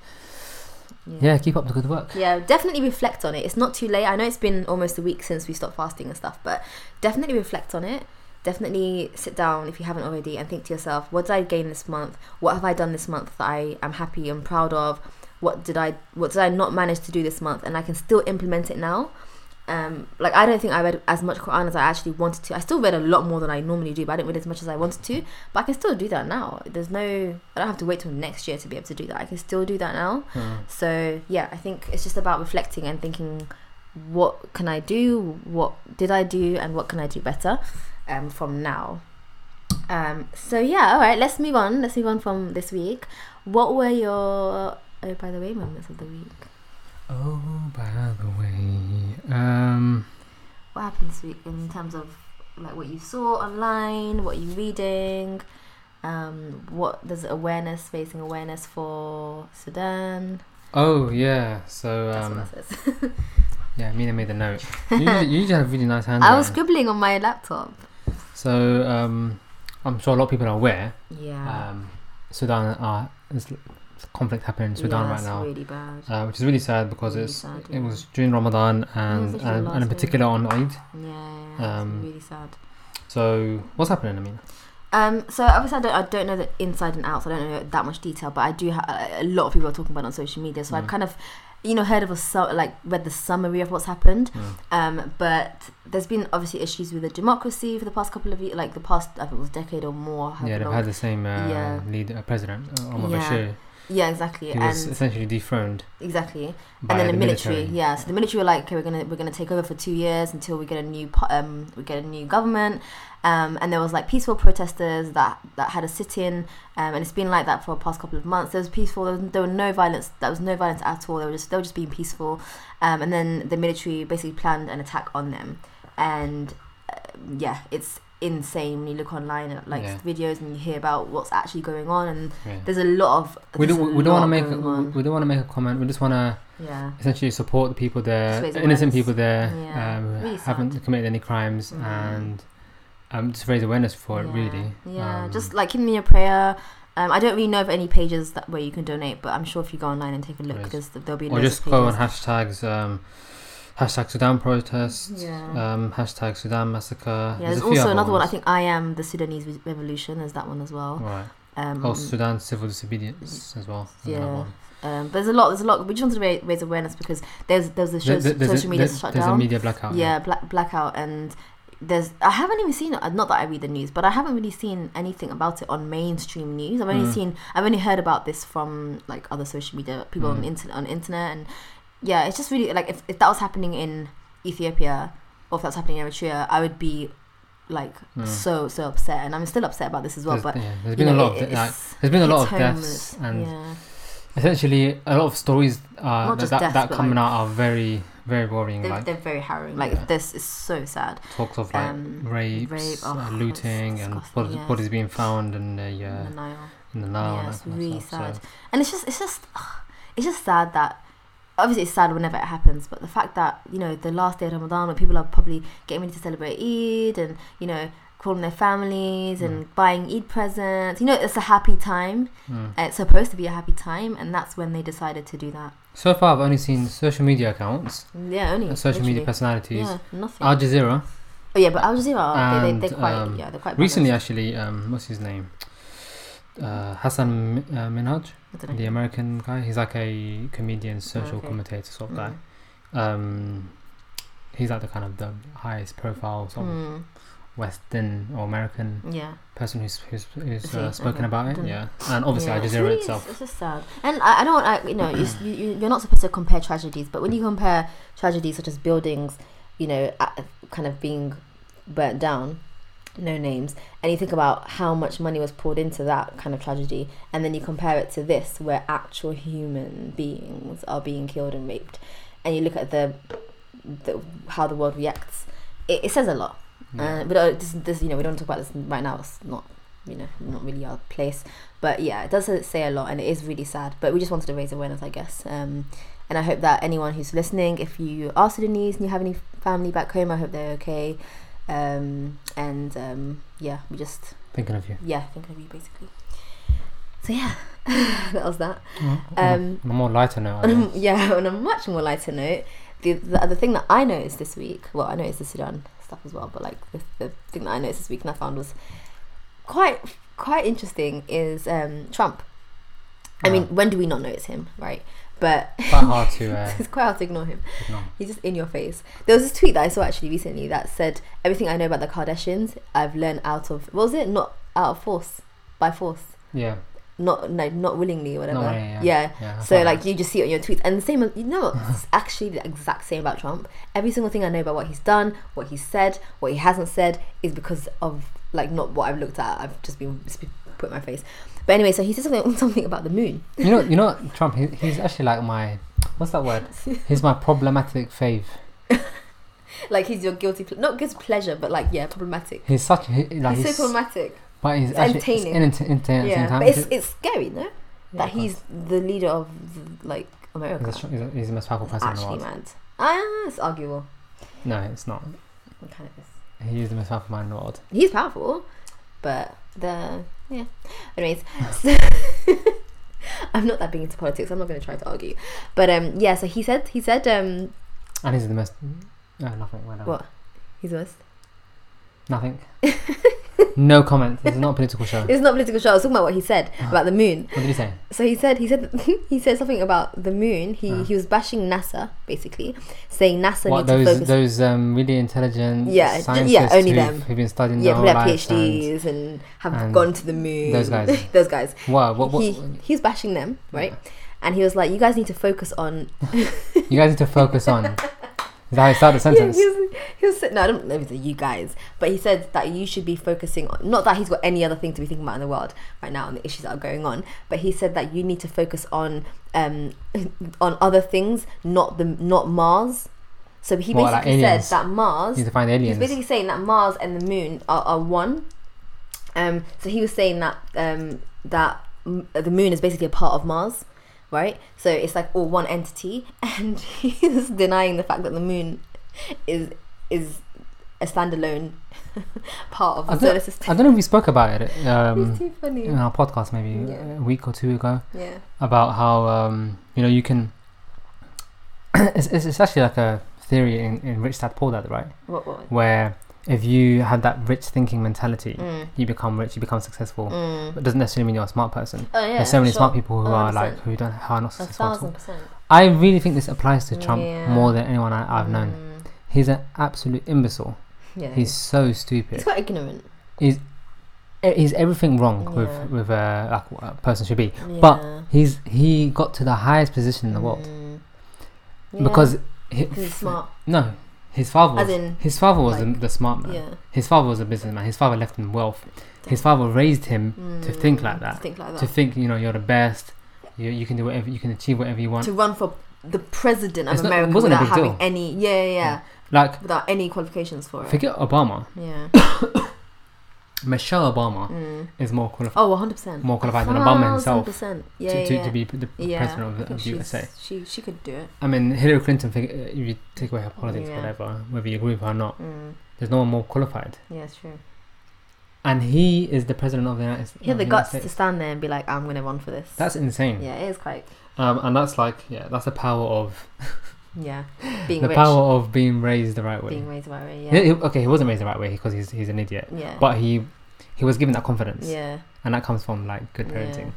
Speaker 1: yeah, keep up the good work.
Speaker 2: Yeah, definitely reflect on it. It's not too late. I know it's been almost a week since we stopped fasting and stuff, but definitely reflect on it. Definitely sit down if you haven't already and think to yourself, what did I gain this month? What have I done this month that I am happy and proud of? What did I what did I not manage to do this month and I can still implement it now? Um, like I don't think I read as much Quran as I actually wanted to. I still read a lot more than I normally do, but I didn't read as much as I wanted to. But I can still do that now. There's no I don't have to wait till next year to be able to do that. I can still do that now.
Speaker 1: Mm.
Speaker 2: So yeah, I think it's just about reflecting and thinking, what can I do? What did I do? And what can I do better um, from now? Um, so yeah, all right. Let's move on. Let's move on from this week. What were your oh by the way moments of the week?
Speaker 1: Oh, by the way, um,
Speaker 2: What happened this week in terms of like what you saw online, what you reading? Um, what there's awareness, facing awareness for Sudan.
Speaker 1: oh yeah. So
Speaker 2: That's
Speaker 1: um,
Speaker 2: what that says.
Speaker 1: yeah, Mina made a note. You usually, you usually have really nice hands.
Speaker 2: I was scribbling on my laptop.
Speaker 1: So um, I'm sure a lot of people are aware.
Speaker 2: Yeah.
Speaker 1: Um, Sudan are there's conflict happening in Sudan
Speaker 2: yeah,
Speaker 1: right
Speaker 2: it's
Speaker 1: now.
Speaker 2: Really bad.
Speaker 1: Uh, which is really sad because
Speaker 2: Really
Speaker 1: it's
Speaker 2: sad,
Speaker 1: it
Speaker 2: yeah.
Speaker 1: was during Ramadan and
Speaker 2: literally
Speaker 1: and, and in
Speaker 2: last week.
Speaker 1: particular on Eid.
Speaker 2: Yeah, yeah, yeah, it's
Speaker 1: Um,
Speaker 2: really sad.
Speaker 1: So what's happening, I mean?
Speaker 2: Um, so obviously, I don't, I don't know the inside and outs. I don't know that much detail, but I do. Ha- a lot of people are talking about it on social media, so I've
Speaker 1: Mm.
Speaker 2: kind of, you know, heard of a su- like read the summary of what's happened.
Speaker 1: Mm.
Speaker 2: Um, but there's been obviously issues with the democracy for the past couple of years, like the past I think it was decade or more. however
Speaker 1: Yeah, they've
Speaker 2: long.
Speaker 1: had the same uh,
Speaker 2: Yeah.
Speaker 1: leader, uh, president, uh, Omar
Speaker 2: Yeah.
Speaker 1: Bashir.
Speaker 2: yeah, exactly,
Speaker 1: He was uh,
Speaker 2: and
Speaker 1: essentially dethroned
Speaker 2: exactly,
Speaker 1: by
Speaker 2: and then the,
Speaker 1: the
Speaker 2: military. Yeah, so the military were like, okay, we're gonna we're gonna take over for two years until we get a new po- um we get a new government. Um, and there was like peaceful protesters that that had a sit-in, um, and it's been like that for the past couple of months. There was peaceful. There was, there were no violence. There was no violence at all. They were just they were just being peaceful. Um, and then the military basically planned an attack on them, and uh, yeah, it's insane. You look online at like
Speaker 1: Yeah.
Speaker 2: videos and you hear about what's actually going on, and
Speaker 1: Yeah.
Speaker 2: there's a lot of
Speaker 1: We
Speaker 2: there's
Speaker 1: don't.
Speaker 2: a
Speaker 1: We don't
Speaker 2: lot
Speaker 1: want to make.
Speaker 2: going
Speaker 1: A,
Speaker 2: on.
Speaker 1: we don't want to make a comment. We just want to
Speaker 2: yeah.
Speaker 1: essentially support the people there,
Speaker 2: Just raise
Speaker 1: innocent
Speaker 2: awareness.
Speaker 1: people there,
Speaker 2: Yeah.
Speaker 1: um, who
Speaker 2: Really
Speaker 1: haven't
Speaker 2: sad.
Speaker 1: committed any crimes,
Speaker 2: Mm.
Speaker 1: and um, just raise awareness for
Speaker 2: Yeah.
Speaker 1: it. Really.
Speaker 2: Yeah,
Speaker 1: Um,
Speaker 2: just like give me a prayer. Um, I don't really know of any pages that where you can donate, but I'm sure if you go online and take a look,
Speaker 1: Yes.
Speaker 2: there's, there'll be
Speaker 1: or
Speaker 2: loads
Speaker 1: just
Speaker 2: of
Speaker 1: go on
Speaker 2: pages.
Speaker 1: hashtags. Um, hashtag Sudan protests.
Speaker 2: Yeah.
Speaker 1: Um, hashtag Sudan massacre.
Speaker 2: yeah, there's
Speaker 1: a few
Speaker 2: also
Speaker 1: other
Speaker 2: another one. I
Speaker 1: ones.
Speaker 2: think I am the Sudanese Re- Revolution. There's that one as well.
Speaker 1: Right.
Speaker 2: Um,
Speaker 1: Oh, Sudan civil disobedience as well. another
Speaker 2: Yeah.
Speaker 1: one.
Speaker 2: um, but there's a lot. There's a lot. We just wanted to raise, raise awareness because there's there's the
Speaker 1: There-
Speaker 2: shows,
Speaker 1: there- there's a-
Speaker 2: social media
Speaker 1: there-
Speaker 2: shut
Speaker 1: There's a
Speaker 2: down.
Speaker 1: media blackout.
Speaker 2: yeah, black, blackout and there's I haven't even seen uh, not that I read the news, but I haven't really seen anything about it on mainstream news. I've only
Speaker 1: Mm.
Speaker 2: seen I've only heard about this from like other social media people on
Speaker 1: Mm.
Speaker 2: internet on internet and yeah, it's just really like if, if that was happening in Ethiopia or if that was happening in Eritrea, I would be like
Speaker 1: Mm.
Speaker 2: so so upset and I'm still upset about this as well.
Speaker 1: There's,
Speaker 2: but
Speaker 1: yeah,
Speaker 2: you
Speaker 1: there's been a
Speaker 2: know,
Speaker 1: lot
Speaker 2: it-
Speaker 1: of de- like,
Speaker 2: it's-
Speaker 1: there's been a lot of
Speaker 2: hits home,
Speaker 1: deaths
Speaker 2: it's-
Speaker 1: and
Speaker 2: yeah.
Speaker 1: essentially a lot of stories uh,
Speaker 2: Not
Speaker 1: that
Speaker 2: just
Speaker 1: that,
Speaker 2: death,
Speaker 1: that
Speaker 2: but,
Speaker 1: coming
Speaker 2: like-
Speaker 1: out are very very worrying.
Speaker 2: They're,
Speaker 1: like
Speaker 2: they're very harrowing. Like
Speaker 1: Yeah.
Speaker 2: this is so sad.
Speaker 1: talks of like
Speaker 2: um,
Speaker 1: rapes,
Speaker 2: rape, oh,
Speaker 1: uh,
Speaker 2: it's
Speaker 1: looting, and
Speaker 2: disgusting,
Speaker 1: bodies,
Speaker 2: yeah.
Speaker 1: bodies being found in the uh,
Speaker 2: The Nile.
Speaker 1: in the Nile. and
Speaker 2: Yeah,
Speaker 1: that
Speaker 2: it's
Speaker 1: kind of
Speaker 2: really
Speaker 1: stuff,
Speaker 2: sad. And it's just, it's just, it's just sad that obviously it's sad whenever it happens, but the fact that you know the last day of Ramadan, when people are probably getting ready to celebrate Eid, and you know calling their families and
Speaker 1: Mm.
Speaker 2: buying Eid presents, you know it's a happy time. Uh,
Speaker 1: So. Mm.
Speaker 2: It's supposed to be a happy time, and that's when they decided to do that.
Speaker 1: so far, I've only seen social media accounts,
Speaker 2: Yeah, only
Speaker 1: and social media
Speaker 2: literally.
Speaker 1: personalities.
Speaker 2: Yeah, nothing.
Speaker 1: Al Jazeera
Speaker 2: oh yeah, but Al Jazeera, they, they,
Speaker 1: And,
Speaker 2: they're quite,
Speaker 1: um,
Speaker 2: yeah, they're quite.
Speaker 1: recently,
Speaker 2: balanced.
Speaker 1: actually, um, what's his name? Uh, Hassan Mi- uh, Minhaj,
Speaker 2: I don't know.
Speaker 1: the American guy. He's like a comedian, social
Speaker 2: okay.
Speaker 1: commentator sort of guy.
Speaker 2: Mm.
Speaker 1: um, he's like the kind of the highest profile sort of
Speaker 2: Mm,
Speaker 1: Western or American
Speaker 2: Hmm, yeah.
Speaker 1: person who's who's, who's
Speaker 2: See,
Speaker 1: uh, spoken
Speaker 2: okay.
Speaker 1: about it.
Speaker 2: Done.
Speaker 1: Yeah, and obviously
Speaker 2: Yeah, Uh,
Speaker 1: Al
Speaker 2: it's
Speaker 1: Jazeera
Speaker 2: really-
Speaker 1: itself.
Speaker 2: It's just sad, and I, I don't. I, you know, you, you you- you're not supposed to compare tragedies, but when you compare tragedies such as buildings, you know, a- kind of being burnt down, no names, and you think about how much money was poured into that kind of tragedy, and then you compare it to this, where actual human beings are being killed and raped, and you look at the, the how the world reacts. It, it says a lot. Uh,
Speaker 1: Yeah.
Speaker 2: but uh, this, this, you know, we don't talk about this right now. It's not, you know, not really our place. But yeah, it does say a lot, and it is really sad. But we just wanted to raise awareness, I guess. Um, and I hope that anyone who's listening, if you are Sudanese and you have any family back home, I hope they're okay. Um, and um, yeah, we just
Speaker 1: Thinking of you.
Speaker 2: yeah, thinking of you basically. So yeah, that was that.
Speaker 1: on,
Speaker 2: um,
Speaker 1: a, on a more lighter note, I
Speaker 2: On a-
Speaker 1: guess.
Speaker 2: yeah, on a much more lighter note, the, the other thing that I noticed this week, well, I noticed the Sudan stuff as well, but like the, the thing that I noticed this week and I found was quite quite interesting is um, Trump. I mean, when do we not notice him, right? But
Speaker 1: quite hard to uh,
Speaker 2: it's quite hard to ignore him.
Speaker 1: ignore.
Speaker 2: He's just in your face. There was this tweet that I saw actually recently that said, "Everything I know about the Kardashians, I've learned out of what was it? Not out of force, by force,
Speaker 1: Yeah,
Speaker 2: not no, not willingly, whatever."
Speaker 1: willingly, yeah.
Speaker 2: yeah.
Speaker 1: yeah. I
Speaker 2: So
Speaker 1: thought
Speaker 2: like you just see it on your tweets, and the same. You know, it's actually the exact same about Trump. Every single thing I know about what he's done, what he's said, what he hasn't said, is because of like not what I've looked at. I've just been it's been put in my face. But anyway, so he said something something about the moon.
Speaker 1: that. you know, you know, what, Trump. He, he's actually like my what's that word? He's my problematic fave.
Speaker 2: Like he's your guilty, ple- not guilty pleasure, but like yeah, problematic.
Speaker 1: He's such he, like
Speaker 2: he's
Speaker 1: he's,
Speaker 2: so problematic.
Speaker 1: but he's
Speaker 2: it's
Speaker 1: actually
Speaker 2: entertaining.
Speaker 1: It's enter- entertaining
Speaker 2: Yeah,
Speaker 1: at the same time.
Speaker 2: but it's it's scary, no?
Speaker 1: Yeah,
Speaker 2: That he's the leader of the, like America.
Speaker 1: he's, a, he's, a, he's the most powerful
Speaker 2: It's
Speaker 1: person in the
Speaker 2: actually
Speaker 1: world.
Speaker 2: mad. Ah, it's arguable.
Speaker 1: No, it's not.
Speaker 2: It kind of is.
Speaker 1: He is the most powerful man in the world.
Speaker 2: he's powerful, but the yeah. Anyways, so I'm not that big into politics. I'm not going to try to argue, but um, yeah. So he said he said um,
Speaker 1: And oh, he's the most. No, nothing. Whatever.
Speaker 2: What? he's the most
Speaker 1: Nothing. No comment. This is not a political show. What
Speaker 2: It's not political show. I was talking about what he said
Speaker 1: Uh-huh.
Speaker 2: about the moon.
Speaker 1: did he say?
Speaker 2: So he said he said he said something about the moon. He he was bashing NASA basically, saying NASA
Speaker 1: Uh-huh. What
Speaker 2: needs to
Speaker 1: those
Speaker 2: focus.
Speaker 1: those um, really intelligent
Speaker 2: Yeah, d-
Speaker 1: scientists
Speaker 2: yeah, only
Speaker 1: who've,
Speaker 2: them.
Speaker 1: who've been studying
Speaker 2: yeah,
Speaker 1: their whole
Speaker 2: people have
Speaker 1: lives. and-
Speaker 2: PhDs and have
Speaker 1: and
Speaker 2: gone to the moon.
Speaker 1: those guys.
Speaker 2: those guys.
Speaker 1: Wow, what, what,
Speaker 2: he he's bashing them right, and he was like, "You guys need to focus on."
Speaker 1: you guys need to focus on. Is that how you start the
Speaker 2: Yeah,
Speaker 1: sentence?
Speaker 2: he was, he was no, I don't know if it's you guys, but he said that you should be focusing on not that he's got any other thing to be thinking about in the world right now and the issues that are going on, but he said that you need to focus on um on other things, not the not Mars. So he
Speaker 1: What, like
Speaker 2: basically said
Speaker 1: aliens?
Speaker 2: that Mars
Speaker 1: You need to find
Speaker 2: he's
Speaker 1: aliens.
Speaker 2: basically saying that Mars and the Moon are, are one. Um, so he was saying that um, that m- the Moon is basically a part of Mars, right? So it's like all one entity, and he was denying the fact that the Moon is is a standalone part of
Speaker 1: I
Speaker 2: the
Speaker 1: don't-
Speaker 2: solar
Speaker 1: I
Speaker 2: system.
Speaker 1: don't know if we spoke about it um,
Speaker 2: It's too funny.
Speaker 1: in our podcast maybe
Speaker 2: Yeah.
Speaker 1: a week or two ago
Speaker 2: Yeah,
Speaker 1: about how um, you know you can. it's, it's, it's actually like a theory in, in Rich Dad Poor Dad, right?
Speaker 2: what what?
Speaker 1: Where if you had that rich thinking mentality,
Speaker 2: Mm.
Speaker 1: you become rich, you become successful.
Speaker 2: Mm.
Speaker 1: But it doesn't necessarily mean you're a smart person.
Speaker 2: Oh yeah,
Speaker 1: There's so many
Speaker 2: sure.
Speaker 1: smart people who
Speaker 2: Oh,
Speaker 1: are
Speaker 2: 100%.
Speaker 1: like who don't who are not
Speaker 2: A
Speaker 1: successful. at all.
Speaker 2: thousand percent.
Speaker 1: I really think this applies to Trump
Speaker 2: Yeah.
Speaker 1: more than anyone I, I've known.
Speaker 2: Mm.
Speaker 1: He's an absolute imbecile.
Speaker 2: Yeah,
Speaker 1: He's
Speaker 2: he's,
Speaker 1: so stupid.
Speaker 2: quite ignorant.
Speaker 1: E- He's everything wrong
Speaker 2: Yeah.
Speaker 1: with with uh, like what a person should be. But
Speaker 2: Yeah.
Speaker 1: He's he got to the highest position in the world
Speaker 2: Mm.
Speaker 1: because he,
Speaker 2: Yeah, he's smart.
Speaker 1: No, his father.
Speaker 2: As
Speaker 1: Was,
Speaker 2: in,
Speaker 1: his father was the,
Speaker 2: like,
Speaker 1: the smart man.
Speaker 2: yeah.
Speaker 1: His father was a businessman. His father left him wealth. His father raised him to think like
Speaker 2: Mm,
Speaker 1: that,
Speaker 2: To think like that.
Speaker 1: to
Speaker 2: To,
Speaker 1: think you know you're the best. You, you can do whatever you can achieve whatever you want.
Speaker 2: run for the president of
Speaker 1: It's not- it
Speaker 2: America
Speaker 1: wasn't a
Speaker 2: without
Speaker 1: big
Speaker 2: having
Speaker 1: deal.
Speaker 2: any, yeah, yeah, yeah,
Speaker 1: Like
Speaker 2: without any qualifications for it.
Speaker 1: forget Obama.
Speaker 2: yeah.
Speaker 1: Michelle Obama
Speaker 2: Mm.
Speaker 1: is more qualified.
Speaker 2: Oh, 100 percent.
Speaker 1: More qualified than Obama himself
Speaker 2: Percent. Yeah,
Speaker 1: to, to,
Speaker 2: yeah.
Speaker 1: to be the
Speaker 2: yeah.
Speaker 1: president
Speaker 2: I
Speaker 1: of,
Speaker 2: think
Speaker 1: of the
Speaker 2: she's-
Speaker 1: USA.
Speaker 2: She she could do it.
Speaker 1: I mean, Hillary Clinton, fig- uh, if you take away her politics,
Speaker 2: Yeah.
Speaker 1: whatever, whether you agree with her or not,
Speaker 2: Mm.
Speaker 1: there's no one more qualified.
Speaker 2: Yeah, it's true.
Speaker 1: And he is the president of the United States.
Speaker 2: He had the guts to stand there and be like, "I'm gonna run for this."
Speaker 1: That's insane.
Speaker 2: yeah, it is quite
Speaker 1: Um, and that's like, yeah, that's the power of
Speaker 2: yeah, being
Speaker 1: the
Speaker 2: rich,
Speaker 1: power of being raised the right way.
Speaker 2: being raised by
Speaker 1: He-
Speaker 2: yeah,
Speaker 1: he- okay, he wasn't raised the right way because he's he's an idiot,
Speaker 2: yeah,
Speaker 1: but he he was given that confidence,
Speaker 2: yeah.
Speaker 1: and that comes from like good
Speaker 2: Yeah.
Speaker 1: parenting.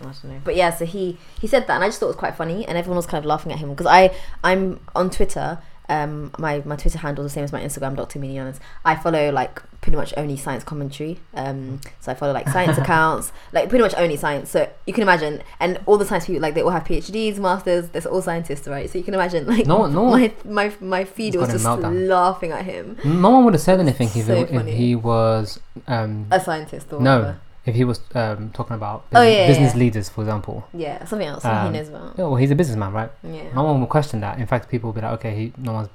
Speaker 2: I don't know. But yeah, so he he said that, and I just thought it was quite funny, and everyone was kind of laughing at him because I I'm on Twitter. Um, my my Twitter handle is the same as my Instagram, Dr. Minianas. I follow like pretty much only science commentary. Um, so I follow like science accounts, like pretty much only science. So you can imagine, and all the science people like they all have PhDs, masters. They're all scientists, right? So you can imagine, like
Speaker 1: No, no.
Speaker 2: my my my feed
Speaker 1: He's got
Speaker 2: was
Speaker 1: a
Speaker 2: just
Speaker 1: meltdown.
Speaker 2: laughing at him,
Speaker 1: No one would have said anything if,
Speaker 2: So
Speaker 1: it, if
Speaker 2: funny.
Speaker 1: he was um,
Speaker 2: a scientist or
Speaker 1: No.
Speaker 2: whatever.
Speaker 1: if he was um, talking about
Speaker 2: Oh,
Speaker 1: business,
Speaker 2: yeah, yeah,
Speaker 1: business
Speaker 2: yeah.
Speaker 1: leaders, for example.
Speaker 2: Yeah, something else
Speaker 1: Um,
Speaker 2: he knows about.
Speaker 1: Yeah, well, he's a businessman, right?
Speaker 2: Yeah.
Speaker 1: No one will question that. In fact, people will be like, okay, he, no one's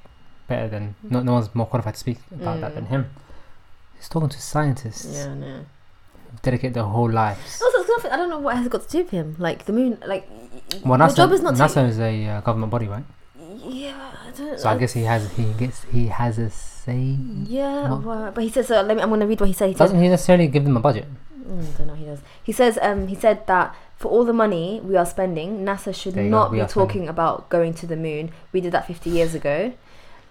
Speaker 1: better than no, no one's more qualified to speak about that than
Speaker 2: Mm.
Speaker 1: him. He's talking to scientists,
Speaker 2: Yeah, no.
Speaker 1: dedicate their whole lives.
Speaker 2: Also, it's kind of- I don't know what has it got to do with him. Like the moon, like
Speaker 1: Well,
Speaker 2: the
Speaker 1: NASA,
Speaker 2: job is not
Speaker 1: NASA
Speaker 2: to.
Speaker 1: is a uh, government body, right?
Speaker 2: Yeah, I don't.
Speaker 1: So I guess he has he gets he has a say.
Speaker 2: Yeah,
Speaker 1: Not-
Speaker 2: well, but he says. So let me. I'm gonna read what he said. He says.
Speaker 1: Doesn't he necessarily give them a budget?
Speaker 2: Mm, I don't know. what He does. He says. Um, he said that for all the money we are spending, NASA should
Speaker 1: There you go,
Speaker 2: not
Speaker 1: we
Speaker 2: be
Speaker 1: are
Speaker 2: talking
Speaker 1: spending.
Speaker 2: about going to the moon. We did that 50 years ago.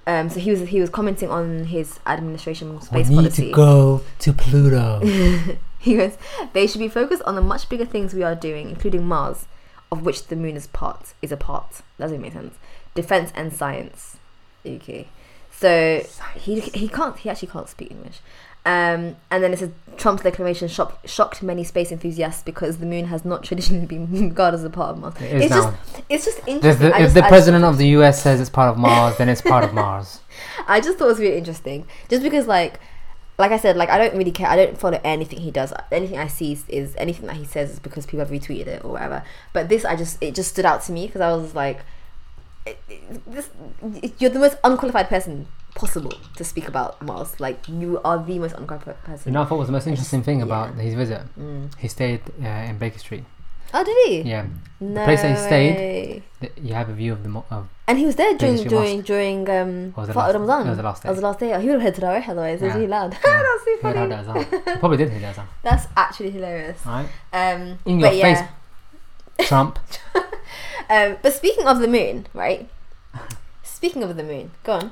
Speaker 2: Um, so he was he was commenting on his administration space
Speaker 1: we need
Speaker 2: policy.
Speaker 1: to go to Pluto.
Speaker 2: He goes, they should be focused on the much bigger things we are doing, including Mars, of which the moon is part is a part. That doesn't make sense. Defense and science. Okay. So he he can't he actually can't speak English. Um, and then it says Trump's declaration shocked, shocked many space enthusiasts because the moon has not traditionally been regarded as a part of Mars.
Speaker 1: It is
Speaker 2: it's
Speaker 1: now.
Speaker 2: just it's just
Speaker 1: If
Speaker 2: interesting.
Speaker 1: the,
Speaker 2: I
Speaker 1: if
Speaker 2: just-
Speaker 1: the
Speaker 2: I-
Speaker 1: president of the US says it's part of Mars, then it's part of Mars.
Speaker 2: I just thought it was really interesting, just because like, like I said, like I don't really care. I don't follow anything he does. Anything I see is, is anything that he says is because people have retweeted it or whatever. But this, I just it just stood out to me because I was like, it, it- this it- you're the most unqualified person possible to speak about Mars. Like you are the most unqualified person.
Speaker 1: You know, I thought was the most interesting thing
Speaker 2: yeah.
Speaker 1: about his visit.
Speaker 2: Mm.
Speaker 1: He stayed uh, in Baker Street.
Speaker 2: Oh, did he?
Speaker 1: Yeah,
Speaker 2: No
Speaker 1: place that he stayed-
Speaker 2: way.
Speaker 1: Th- you have a view of the mo- of
Speaker 2: And he was there during
Speaker 1: Street
Speaker 2: during during um
Speaker 1: Or was it
Speaker 2: Fat
Speaker 1: last-
Speaker 2: Ramadan.
Speaker 1: that was the last day.
Speaker 2: That was the last day. Oh, he would have heard to that otherwise. It was
Speaker 1: Yeah.
Speaker 2: really loud.
Speaker 1: Yeah.
Speaker 2: That's so
Speaker 1: he had
Speaker 2: funny.
Speaker 1: that as well. He probably did hear that as well.
Speaker 2: That's actually hilarious.
Speaker 1: All right,
Speaker 2: Um,
Speaker 1: in your
Speaker 2: but yeah.
Speaker 1: face, Trump.
Speaker 2: Um, but speaking of the moon, right? Speaking of the moon, go on.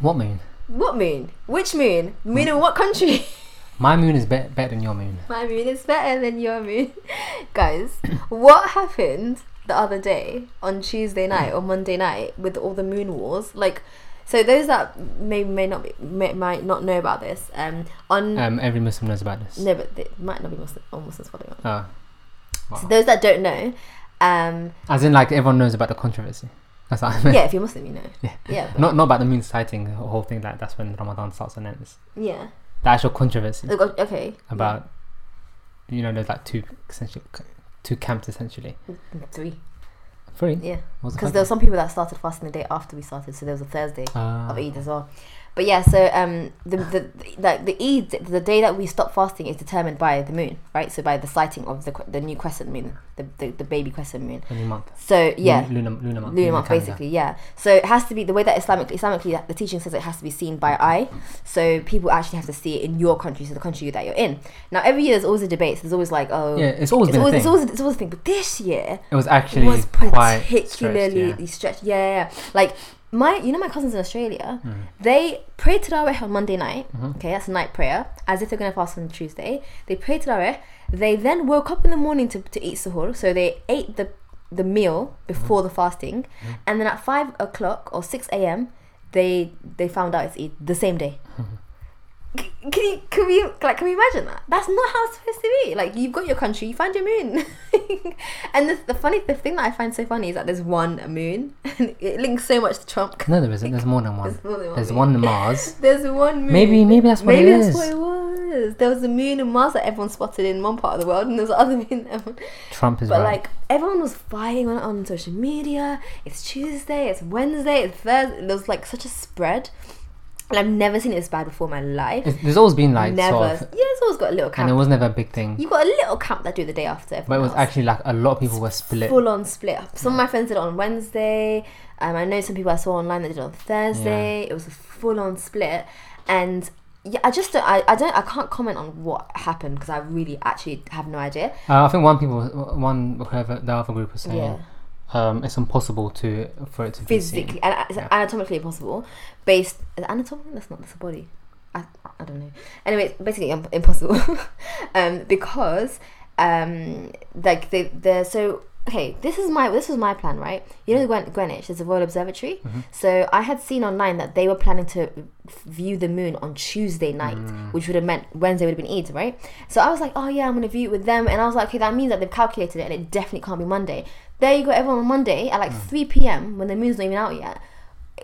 Speaker 1: What moon?
Speaker 2: What moon? Which moon? Moon in what country?
Speaker 1: My moon is bet better than your moon.
Speaker 2: My moon is better than your moon. Guys, what happened the other day on Tuesday night or Monday night with all the moon wars? Like, so those that may may not be, may, might not know about this. Um, on
Speaker 1: Um, every Muslim knows about this.
Speaker 2: no, but they might not be Muslim, all Muslims following on.
Speaker 1: Oh.
Speaker 2: So
Speaker 1: Wow.
Speaker 2: those that don't know, um,
Speaker 1: As in, like everyone knows about the controversy. That's what I meant.
Speaker 2: yeah, if you're Muslim, you know, yeah, but-
Speaker 1: Not not about the moon sighting, the whole thing. Like that's when Ramadan starts and ends.
Speaker 2: yeah.
Speaker 1: The actual controversy
Speaker 2: Oh, God, Okay,
Speaker 1: about, you know, there's like two essentially two camps essentially.
Speaker 2: Yeah. three,
Speaker 1: Three.
Speaker 2: yeah,
Speaker 1: What's the
Speaker 2: because
Speaker 1: first
Speaker 2: there were some people that started fasting the day after we started, so there was a Thursday.
Speaker 1: one? Ah.
Speaker 2: of Eid as well. But yeah, so um, the the like the Eid, the day that we stop fasting is determined by the moon, right? So by the sighting of the cre- the new crescent moon, the the, the baby crescent moon.
Speaker 1: A new month.
Speaker 2: So yeah.
Speaker 1: Lun- Lunar, lunar month.
Speaker 2: Lunar month,
Speaker 1: calendar.
Speaker 2: basically, yeah. So it has to be the way that Islamic, Islamically, the teaching says it has to be seen by eye. So people actually have to see it in your country, so the country that you're in. Now, every year there's always a debate. So there's always like, oh,
Speaker 1: Yeah, it's always
Speaker 2: it's
Speaker 1: been
Speaker 2: always,
Speaker 1: a
Speaker 2: it's
Speaker 1: thing.
Speaker 2: always, it's always a thing. But this year,
Speaker 1: it was actually
Speaker 2: was
Speaker 1: quite
Speaker 2: particularly
Speaker 1: stretched, yeah.
Speaker 2: stretched. Yeah, yeah, yeah. Like my, you know, my cousins in Australia,
Speaker 1: Hmm.
Speaker 2: they pray Tarawih on Monday night.
Speaker 1: Mm-hmm.
Speaker 2: Okay, that's night prayer, as if they're gonna fast on Tuesday. They pray Tarawih. They then woke up in the morning to, to eat suhoor, so they ate the the meal
Speaker 1: Mm-hmm.
Speaker 2: before the fasting, and then at five o'clock or six a.m. they they found out it's Eid the same day. C- Can you can we like can we imagine that? That's not how it's supposed to be. Like you've got your country, you find your moon, and the, the funny the thing that I find so funny is that there's one moon, and it links so much to Trump. 'cause
Speaker 1: No, there isn't. There's more than one.
Speaker 2: There's more than one
Speaker 1: There's
Speaker 2: moon.
Speaker 1: one in Mars.
Speaker 2: There's one moon.
Speaker 1: Maybe- maybe that's what
Speaker 2: maybe
Speaker 1: it
Speaker 2: that's
Speaker 1: is.
Speaker 2: what it was. There was a moon in Mars that everyone spotted in one part of the world, and there's other moon. That everyone,
Speaker 1: Trump is
Speaker 2: but
Speaker 1: right.
Speaker 2: like everyone was fighting on on social media. It's Tuesday. It's Wednesday. It's Thursday. There was like such a spread, and I've never seen it this bad before in my life.
Speaker 1: It's- there's always been like
Speaker 2: never.
Speaker 1: sort of,
Speaker 2: yeah, it's always got a little
Speaker 1: and
Speaker 2: camp.
Speaker 1: it was never a big thing.
Speaker 2: you got a little camp that do the day after.
Speaker 1: But it
Speaker 2: everyone
Speaker 1: was
Speaker 2: else.
Speaker 1: actually like a lot of people were split.
Speaker 2: full on split. up. Some of my friends did it on Wednesday. Um, I know some people I saw online that did it on Thursday. It was a full on split, and yeah, I just don't, I, I don't I can't comment on what happened because I really actually have no idea.
Speaker 1: Uh, I think one people, one whoever the other group was saying,
Speaker 2: Yeah.
Speaker 1: um, it's impossible to for it to be seen.
Speaker 2: physically and it's anatomically impossical based is it anatomically that's not that's a body I, I don't know anyway it's basically im- impossible um because um like they they're so okay this is my this was my plan right you know Gren- greenwich there's a royal observatory so i had seen online that they were planning to view the moon on tuesday night which would have meant wednesday would have been eid right so i was like oh yeah i'm gonna view it with them and i was like okay that means that they've calculated it and it definitely can't be monday there you go everyone on monday at like 3 p.m when the moon's not even out yet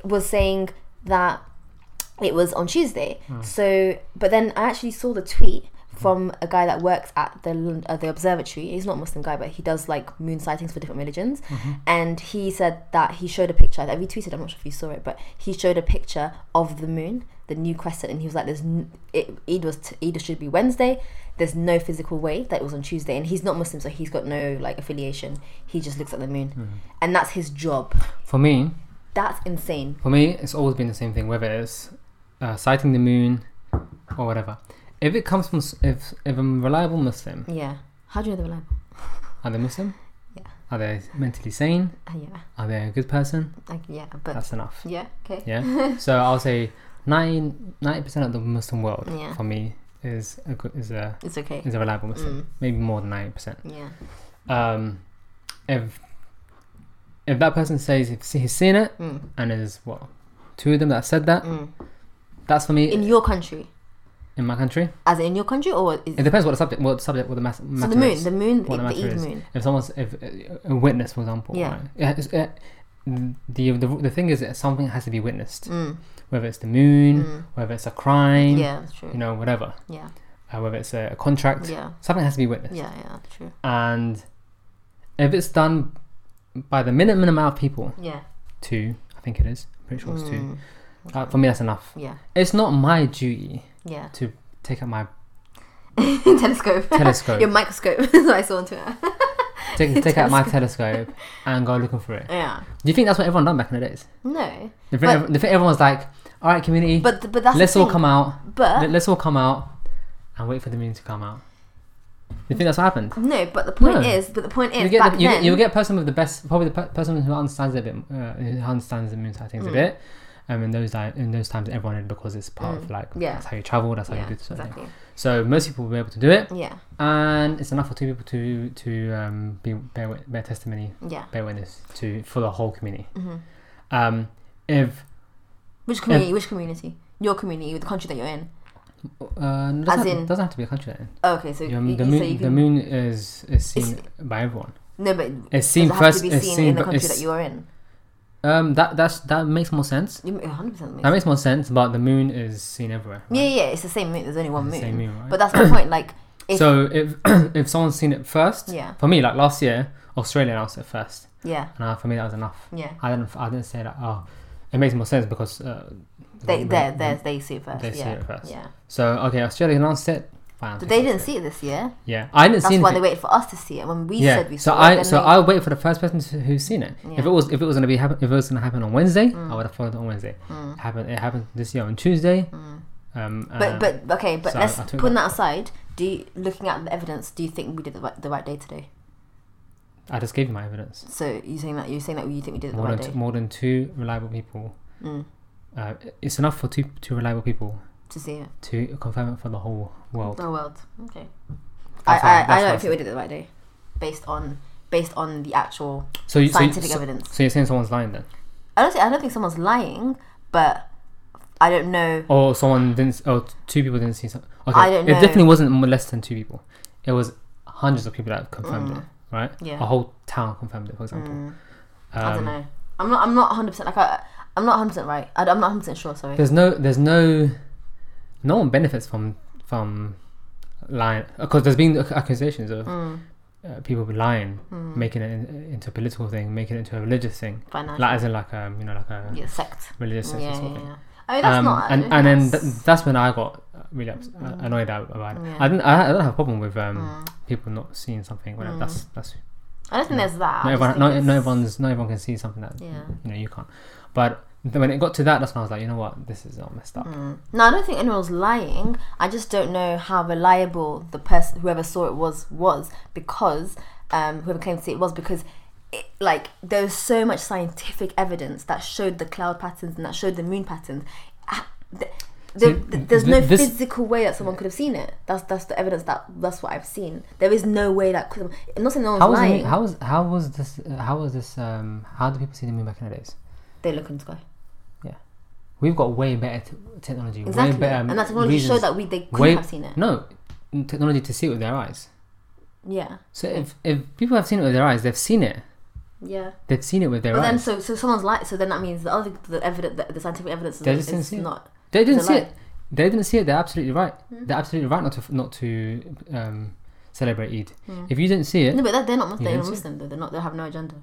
Speaker 2: was saying that it was on Tuesday. So, but then I actually saw the tweet from a guy that works at the Lon- uh, the observatory. He's not a Muslim guy, but he does like moon sightings for different religions. And he said that he showed a picture. I retweeted. I'm not sure if you saw it, but he showed a picture of the moon, the new crescent, and he was like, "There's n- it, Eid was t- Eid should be Wednesday. There's no physical way that it was on Tuesday." And he's not Muslim, so he's got no like affiliation. He just looks at the moon, and that's his job.
Speaker 1: For me,
Speaker 2: That's insane.
Speaker 1: for me, it's always been the same thing. Whether it's uh, sighting the moon or whatever, if it comes from s- if if I'm a reliable Muslim,
Speaker 2: Yeah. How do you know they're reliable?
Speaker 1: are they Muslim?
Speaker 2: Yeah.
Speaker 1: Are they mentally sane?
Speaker 2: Uh, yeah.
Speaker 1: Are they a good person?
Speaker 2: Like, yeah, but
Speaker 1: That's enough.
Speaker 2: yeah, okay.
Speaker 1: yeah so i'll say 90 percent of the muslim world
Speaker 2: Yeah.
Speaker 1: for me is a good is a
Speaker 2: It's okay.
Speaker 1: is a reliable muslim
Speaker 2: Mm.
Speaker 1: maybe more than 90 percent
Speaker 2: Yeah.
Speaker 1: um if if that person says if he's seen it
Speaker 2: Mm.
Speaker 1: and there's what two of them that said that
Speaker 2: Mm.
Speaker 1: that's for me in,
Speaker 2: In your country,
Speaker 1: my country
Speaker 2: as in your country, or is
Speaker 1: it depends what the subject what the subject what the mas-
Speaker 2: so
Speaker 1: matter
Speaker 2: the moon,
Speaker 1: is
Speaker 2: the moon,
Speaker 1: What
Speaker 2: the,
Speaker 1: the
Speaker 2: the
Speaker 1: matter
Speaker 2: Eid
Speaker 1: is.
Speaker 2: moon.
Speaker 1: if someone's if uh, a witness for example
Speaker 2: Yeah.
Speaker 1: right? yeah it's, uh, the, the the thing is that something has to be witnessed
Speaker 2: Mm.
Speaker 1: whether it's the moon
Speaker 2: Mm.
Speaker 1: whether it's a crime
Speaker 2: Yeah, that's true.
Speaker 1: you know whatever
Speaker 2: yeah,
Speaker 1: uh, whether it's a, a contract,
Speaker 2: yeah,
Speaker 1: something has to be witnessed.
Speaker 2: yeah, yeah, that's true.
Speaker 1: And if it's done by the minimum amount of people,
Speaker 2: Yeah.
Speaker 1: two, I think it is, I'm pretty sure it's two,
Speaker 2: Mm.
Speaker 1: uh, for me that's enough.
Speaker 2: Yeah,
Speaker 1: It's not my duty
Speaker 2: yeah.
Speaker 1: to take out my
Speaker 2: telescope.
Speaker 1: Telescope.
Speaker 2: your microscope. That's what I saw on Twitter.
Speaker 1: take, take out my telescope and go looking for it.
Speaker 2: yeah.
Speaker 1: Do you think that's what everyone done back in the days?
Speaker 2: No.
Speaker 1: Do you think,
Speaker 2: But-
Speaker 1: ev- do you think everyone was like, all right, community,
Speaker 2: But th- but that's
Speaker 1: let's
Speaker 2: the
Speaker 1: all
Speaker 2: thing.
Speaker 1: come out,
Speaker 2: But
Speaker 1: let, us all come out and wait for the moon to come out. Do you think that's what happened?
Speaker 2: no. But the point
Speaker 1: No.
Speaker 2: is, but the point is,
Speaker 1: you get
Speaker 2: back
Speaker 1: the, you,
Speaker 2: then, Hmm.
Speaker 1: you get a person with the best, probably the pe- person who understands it a bit, uh, who understands the moon sightings a bit, Um, in those di- in those times, everyone did because it's part of
Speaker 2: Mm,
Speaker 1: like
Speaker 2: yeah.
Speaker 1: that's how you travel, that's how
Speaker 2: yeah,
Speaker 1: you do certain things.
Speaker 2: exactly.
Speaker 1: So most people will be able to do it,
Speaker 2: Yeah,
Speaker 1: and it's enough for two people to to um, be bear, wit- bear testimony,
Speaker 2: yeah.
Speaker 1: bear witness to for the whole community.
Speaker 2: hmm
Speaker 1: Um, if
Speaker 2: Which community? Which community? Your community, the country that you're in.
Speaker 1: uh, doesn't,
Speaker 2: As
Speaker 1: have-
Speaker 2: in-
Speaker 1: doesn't have to be a country. Then.
Speaker 2: Oh, okay, so,
Speaker 1: Yeah,
Speaker 2: y-
Speaker 1: the
Speaker 2: so
Speaker 1: moon,
Speaker 2: you
Speaker 1: the
Speaker 2: can
Speaker 1: moon is is
Speaker 2: It's-
Speaker 1: seen by everyone.
Speaker 2: no, but
Speaker 1: It's
Speaker 2: does it
Speaker 1: seen
Speaker 2: have
Speaker 1: first.
Speaker 2: to be
Speaker 1: it's
Speaker 2: seen
Speaker 1: seen
Speaker 2: in the
Speaker 1: but
Speaker 2: country
Speaker 1: it's-
Speaker 2: that you're in.
Speaker 1: Um, that that's that makes more sense.
Speaker 2: You make- 100% makes
Speaker 1: That
Speaker 2: sense.
Speaker 1: makes more sense. But the moon is seen everywhere.
Speaker 2: Yeah, yeah, it's the same moon. There's only one
Speaker 1: It's
Speaker 2: moon.
Speaker 1: the Same moon, right?
Speaker 2: But that's my point. Like, if-
Speaker 1: so if if someone's seen it first,
Speaker 2: yeah,
Speaker 1: for me, like last year, Australia announced it first,
Speaker 2: yeah,
Speaker 1: and uh, for me that was enough.
Speaker 2: yeah.
Speaker 1: I didn't I didn't say that. Oh, it makes more sense because uh,
Speaker 2: They,
Speaker 1: the-
Speaker 2: they,
Speaker 1: the-
Speaker 2: they, they see it first.
Speaker 1: they
Speaker 2: yeah.
Speaker 1: see it first.
Speaker 2: Yeah.
Speaker 1: So okay, Australia announced it. Fine, I'll take
Speaker 2: But they
Speaker 1: it.
Speaker 2: didn't see it this year.
Speaker 1: Yeah, I didn't
Speaker 2: That's
Speaker 1: see
Speaker 2: why
Speaker 1: anything.
Speaker 2: they waited for us to see it when we
Speaker 1: yeah.
Speaker 2: said we
Speaker 1: so
Speaker 2: saw it.
Speaker 1: I
Speaker 2: then
Speaker 1: so
Speaker 2: they-
Speaker 1: I wait for the first person to, who's seen it. If
Speaker 2: Yeah.
Speaker 1: it was if it was gonna be happen, if it was gonna happen on Wednesday,
Speaker 2: Mm.
Speaker 1: I would have followed it on Wednesday.
Speaker 2: Mm,
Speaker 1: Happened it happened this year on Tuesday.
Speaker 2: mm.
Speaker 1: Um,
Speaker 2: But but okay, but
Speaker 1: so
Speaker 2: let's
Speaker 1: I took
Speaker 2: putting that aside. Do you, looking at the evidence, do you think we did the right, the right day today?
Speaker 1: I just gave you my evidence.
Speaker 2: So you saying that you saying that you think we did it the
Speaker 1: More
Speaker 2: right
Speaker 1: than
Speaker 2: day?
Speaker 1: t- more than two reliable people.
Speaker 2: Mm,
Speaker 1: Uh, it's enough for two two reliable people
Speaker 2: to see it,
Speaker 1: to confirm it for the whole world.
Speaker 2: the world. Okay.
Speaker 1: That's
Speaker 2: I,
Speaker 1: what-
Speaker 2: I, I
Speaker 1: that's what I
Speaker 2: don't think we did it the right day, based on based on the actual
Speaker 1: So you so, you-
Speaker 2: scientific
Speaker 1: so,
Speaker 2: evidence.
Speaker 1: so you're saying someone's lying then,
Speaker 2: I don't think, I don't think someone's lying, but I don't know.
Speaker 1: or someone didn't, or t- two people didn't see something. Okay,
Speaker 2: I don't
Speaker 1: it
Speaker 2: know.
Speaker 1: definitely wasn't m- less than two people. It was hundreds of people that confirmed
Speaker 2: Mm.
Speaker 1: it, right?
Speaker 2: Yeah.
Speaker 1: A whole town confirmed it, for example.
Speaker 2: Mm,
Speaker 1: Um,
Speaker 2: I don't know. I'm not. I'm not 100 percent like I. I'm not 100 percent right. I, am not 100 percent sure. Sorry.
Speaker 1: There's no, there's no, no one benefits from from lying because there's been ac- accusations of
Speaker 2: Mm,
Speaker 1: uh, people lying,
Speaker 2: mm,
Speaker 1: making it in, into a political thing, making it into a religious thing,
Speaker 2: financial.
Speaker 1: like as in like um you know like a
Speaker 2: yeah, sect.
Speaker 1: religious
Speaker 2: Yeah,
Speaker 1: thing,
Speaker 2: yeah,
Speaker 1: sort of thing.
Speaker 2: yeah. I mean, that's
Speaker 1: um,
Speaker 2: not. I
Speaker 1: and
Speaker 2: don't
Speaker 1: and then
Speaker 2: think
Speaker 1: th-
Speaker 2: that's-
Speaker 1: that's when I got uh, really ups- uh,
Speaker 2: Mm.
Speaker 1: annoyed out about it.
Speaker 2: Yeah.
Speaker 1: I didn't. I, I don't have a problem with um,
Speaker 2: Mm.
Speaker 1: people not seeing something. Whatever.
Speaker 2: Mm.
Speaker 1: That's that's.
Speaker 2: I don't think
Speaker 1: yeah.
Speaker 2: there's that.
Speaker 1: Not
Speaker 2: I just
Speaker 1: everyone.
Speaker 2: think
Speaker 1: Not,
Speaker 2: it's-
Speaker 1: no one's. Not everyone can see something that
Speaker 2: Yeah.
Speaker 1: you know you can't. But th- when it got to that, that's when I was like, you know what, this is all messed up.
Speaker 2: Mm. No, I don't think anyone's lying. I just don't know how reliable the person, whoever saw it was, was because um, whoever claimed to see it was because, it, like, there was so much scientific evidence that showed the cloud patterns and that showed the moon patterns. Ah, th-
Speaker 1: See,
Speaker 2: th- th- there's no
Speaker 1: th- this-
Speaker 2: physical way that someone could have seen it. That's that's the evidence that that's what I've seen. There is no way that could. Have, I'm not saying no one's
Speaker 1: How was the
Speaker 2: lying.
Speaker 1: moon, how was how was this uh, how was this um how do people see the moon back in the days?
Speaker 2: they look in the sky.
Speaker 1: We've got way better t- technology, way
Speaker 2: Exactly,
Speaker 1: better um,
Speaker 2: and that technology
Speaker 1: reasons-
Speaker 2: showed that we they could
Speaker 1: way-
Speaker 2: have seen it.
Speaker 1: no technology to see it with their eyes.
Speaker 2: Yeah,
Speaker 1: So if if people have seen it with their eyes, they've seen it.
Speaker 2: yeah.
Speaker 1: They've seen it with their
Speaker 2: But
Speaker 1: eyes.
Speaker 2: then, so so someone's lying. So then that means the other the evidence, the, the scientific evidence,
Speaker 1: They
Speaker 2: is,
Speaker 1: just didn't
Speaker 2: is
Speaker 1: see it.
Speaker 2: not.
Speaker 1: They didn't
Speaker 2: It's a
Speaker 1: see
Speaker 2: lie.
Speaker 1: it. They didn't see it. They're absolutely right.
Speaker 2: Hmm.
Speaker 1: They're absolutely right not to not to um, celebrate Eid.
Speaker 2: Mm.
Speaker 1: If you didn't see it,
Speaker 2: No, but they're, they're not. Mus-
Speaker 1: You
Speaker 2: They're
Speaker 1: didn't
Speaker 2: not
Speaker 1: see it?
Speaker 2: Muslim though. They're not. They have no agenda.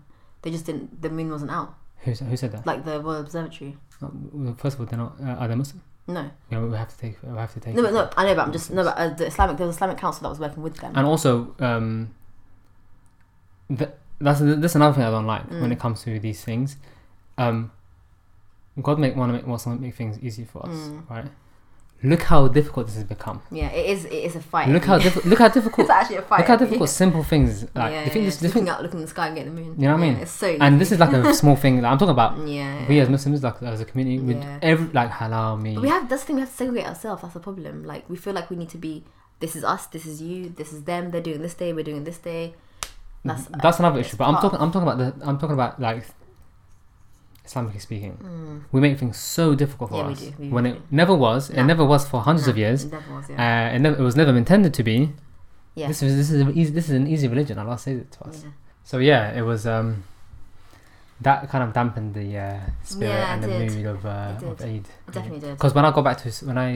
Speaker 2: They just didn't. The moon wasn't out.
Speaker 1: who, sa- who said that?
Speaker 2: Like the Royal Observatory.
Speaker 1: Uh, well, First of all, they're not. Uh, are they Muslim?
Speaker 2: No.
Speaker 1: Yeah, we have to take. We have to take.
Speaker 2: No,
Speaker 1: it.
Speaker 2: but no. I know, but I'm just no. But uh, the Islamic. There was Islamic Council that was working with them.
Speaker 1: And also, um, th- that's that's another thing I don't like when
Speaker 2: Mm.
Speaker 1: it comes to these things. Um, God make want to make wants to make things easy for us,
Speaker 2: Mm.
Speaker 1: right? Look how difficult this has become.
Speaker 2: Yeah, it is. It is a fight.
Speaker 1: Look how diffi- look how difficult.
Speaker 2: It's actually a fight.
Speaker 1: Look how difficult simple things
Speaker 2: Yeah,
Speaker 1: like
Speaker 2: yeah,
Speaker 1: the thing,
Speaker 2: yeah.
Speaker 1: this, the
Speaker 2: looking
Speaker 1: thing-
Speaker 2: out, looking in the sky and getting the moon.
Speaker 1: You know what I
Speaker 2: Yeah,
Speaker 1: mean?
Speaker 2: it's so. Easy.
Speaker 1: and this is like a small thing that I'm talking about.
Speaker 2: Yeah.
Speaker 1: we as Muslims, like as a community, we
Speaker 2: Yeah.
Speaker 1: every like halal me.
Speaker 2: But we have that's the thing we have to segregate ourselves. That's the problem. Like we feel like we need to be. This is us. This is you. This is them. They're doing this day. We're doing this day. That's
Speaker 1: Mm, that's another
Speaker 2: it's
Speaker 1: issue. But I'm
Speaker 2: part
Speaker 1: talking, I'm talking about the, I'm talking about like, Islamically speaking,
Speaker 2: Mm,
Speaker 1: we make things so difficult for
Speaker 2: Yeah, we
Speaker 1: us
Speaker 2: do, we
Speaker 1: when
Speaker 2: really
Speaker 1: it
Speaker 2: do.
Speaker 1: never was. It
Speaker 2: No.
Speaker 1: never was for hundreds of
Speaker 2: nah,
Speaker 1: years.
Speaker 2: it never was, yeah.
Speaker 1: Uh, it, never, it was never intended to be.
Speaker 2: Yeah.
Speaker 1: This is this is an easy, this is an easy religion. Allah says it to us.
Speaker 2: Yeah.
Speaker 1: So yeah, it was um, that kind of dampened the uh, spirit
Speaker 2: Yeah,
Speaker 1: and the
Speaker 2: it did.
Speaker 1: mood of uh,
Speaker 2: It
Speaker 1: of
Speaker 2: did.
Speaker 1: Eid.
Speaker 2: It definitely did.
Speaker 1: Because when I got back to s- when I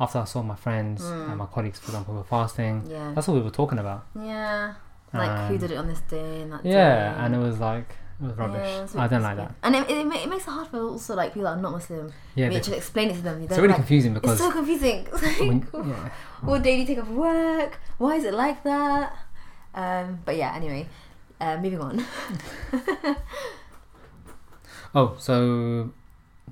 Speaker 1: after I saw my friends
Speaker 2: Mm.
Speaker 1: and my colleagues, for example, were fasting.
Speaker 2: Yeah.
Speaker 1: That's what we were talking about.
Speaker 2: yeah. Like who
Speaker 1: Um,
Speaker 2: did it on this day and that day.
Speaker 1: Yeah, and it was like it was rubbish.
Speaker 2: it's
Speaker 1: I don't like
Speaker 2: really-
Speaker 1: that.
Speaker 2: And it, it, ma- it makes it hard for also like people that are not Muslim.
Speaker 1: Yeah,
Speaker 2: we
Speaker 1: they-
Speaker 2: need to explain it to them.
Speaker 1: it's
Speaker 2: They're
Speaker 1: really
Speaker 2: like,
Speaker 1: confusing
Speaker 2: it's
Speaker 1: because
Speaker 2: so confusing. It's like,
Speaker 1: when, yeah,
Speaker 2: what day do you take off work? Why is it like that? Um, but yeah, anyway, uh, moving on.
Speaker 1: oh, so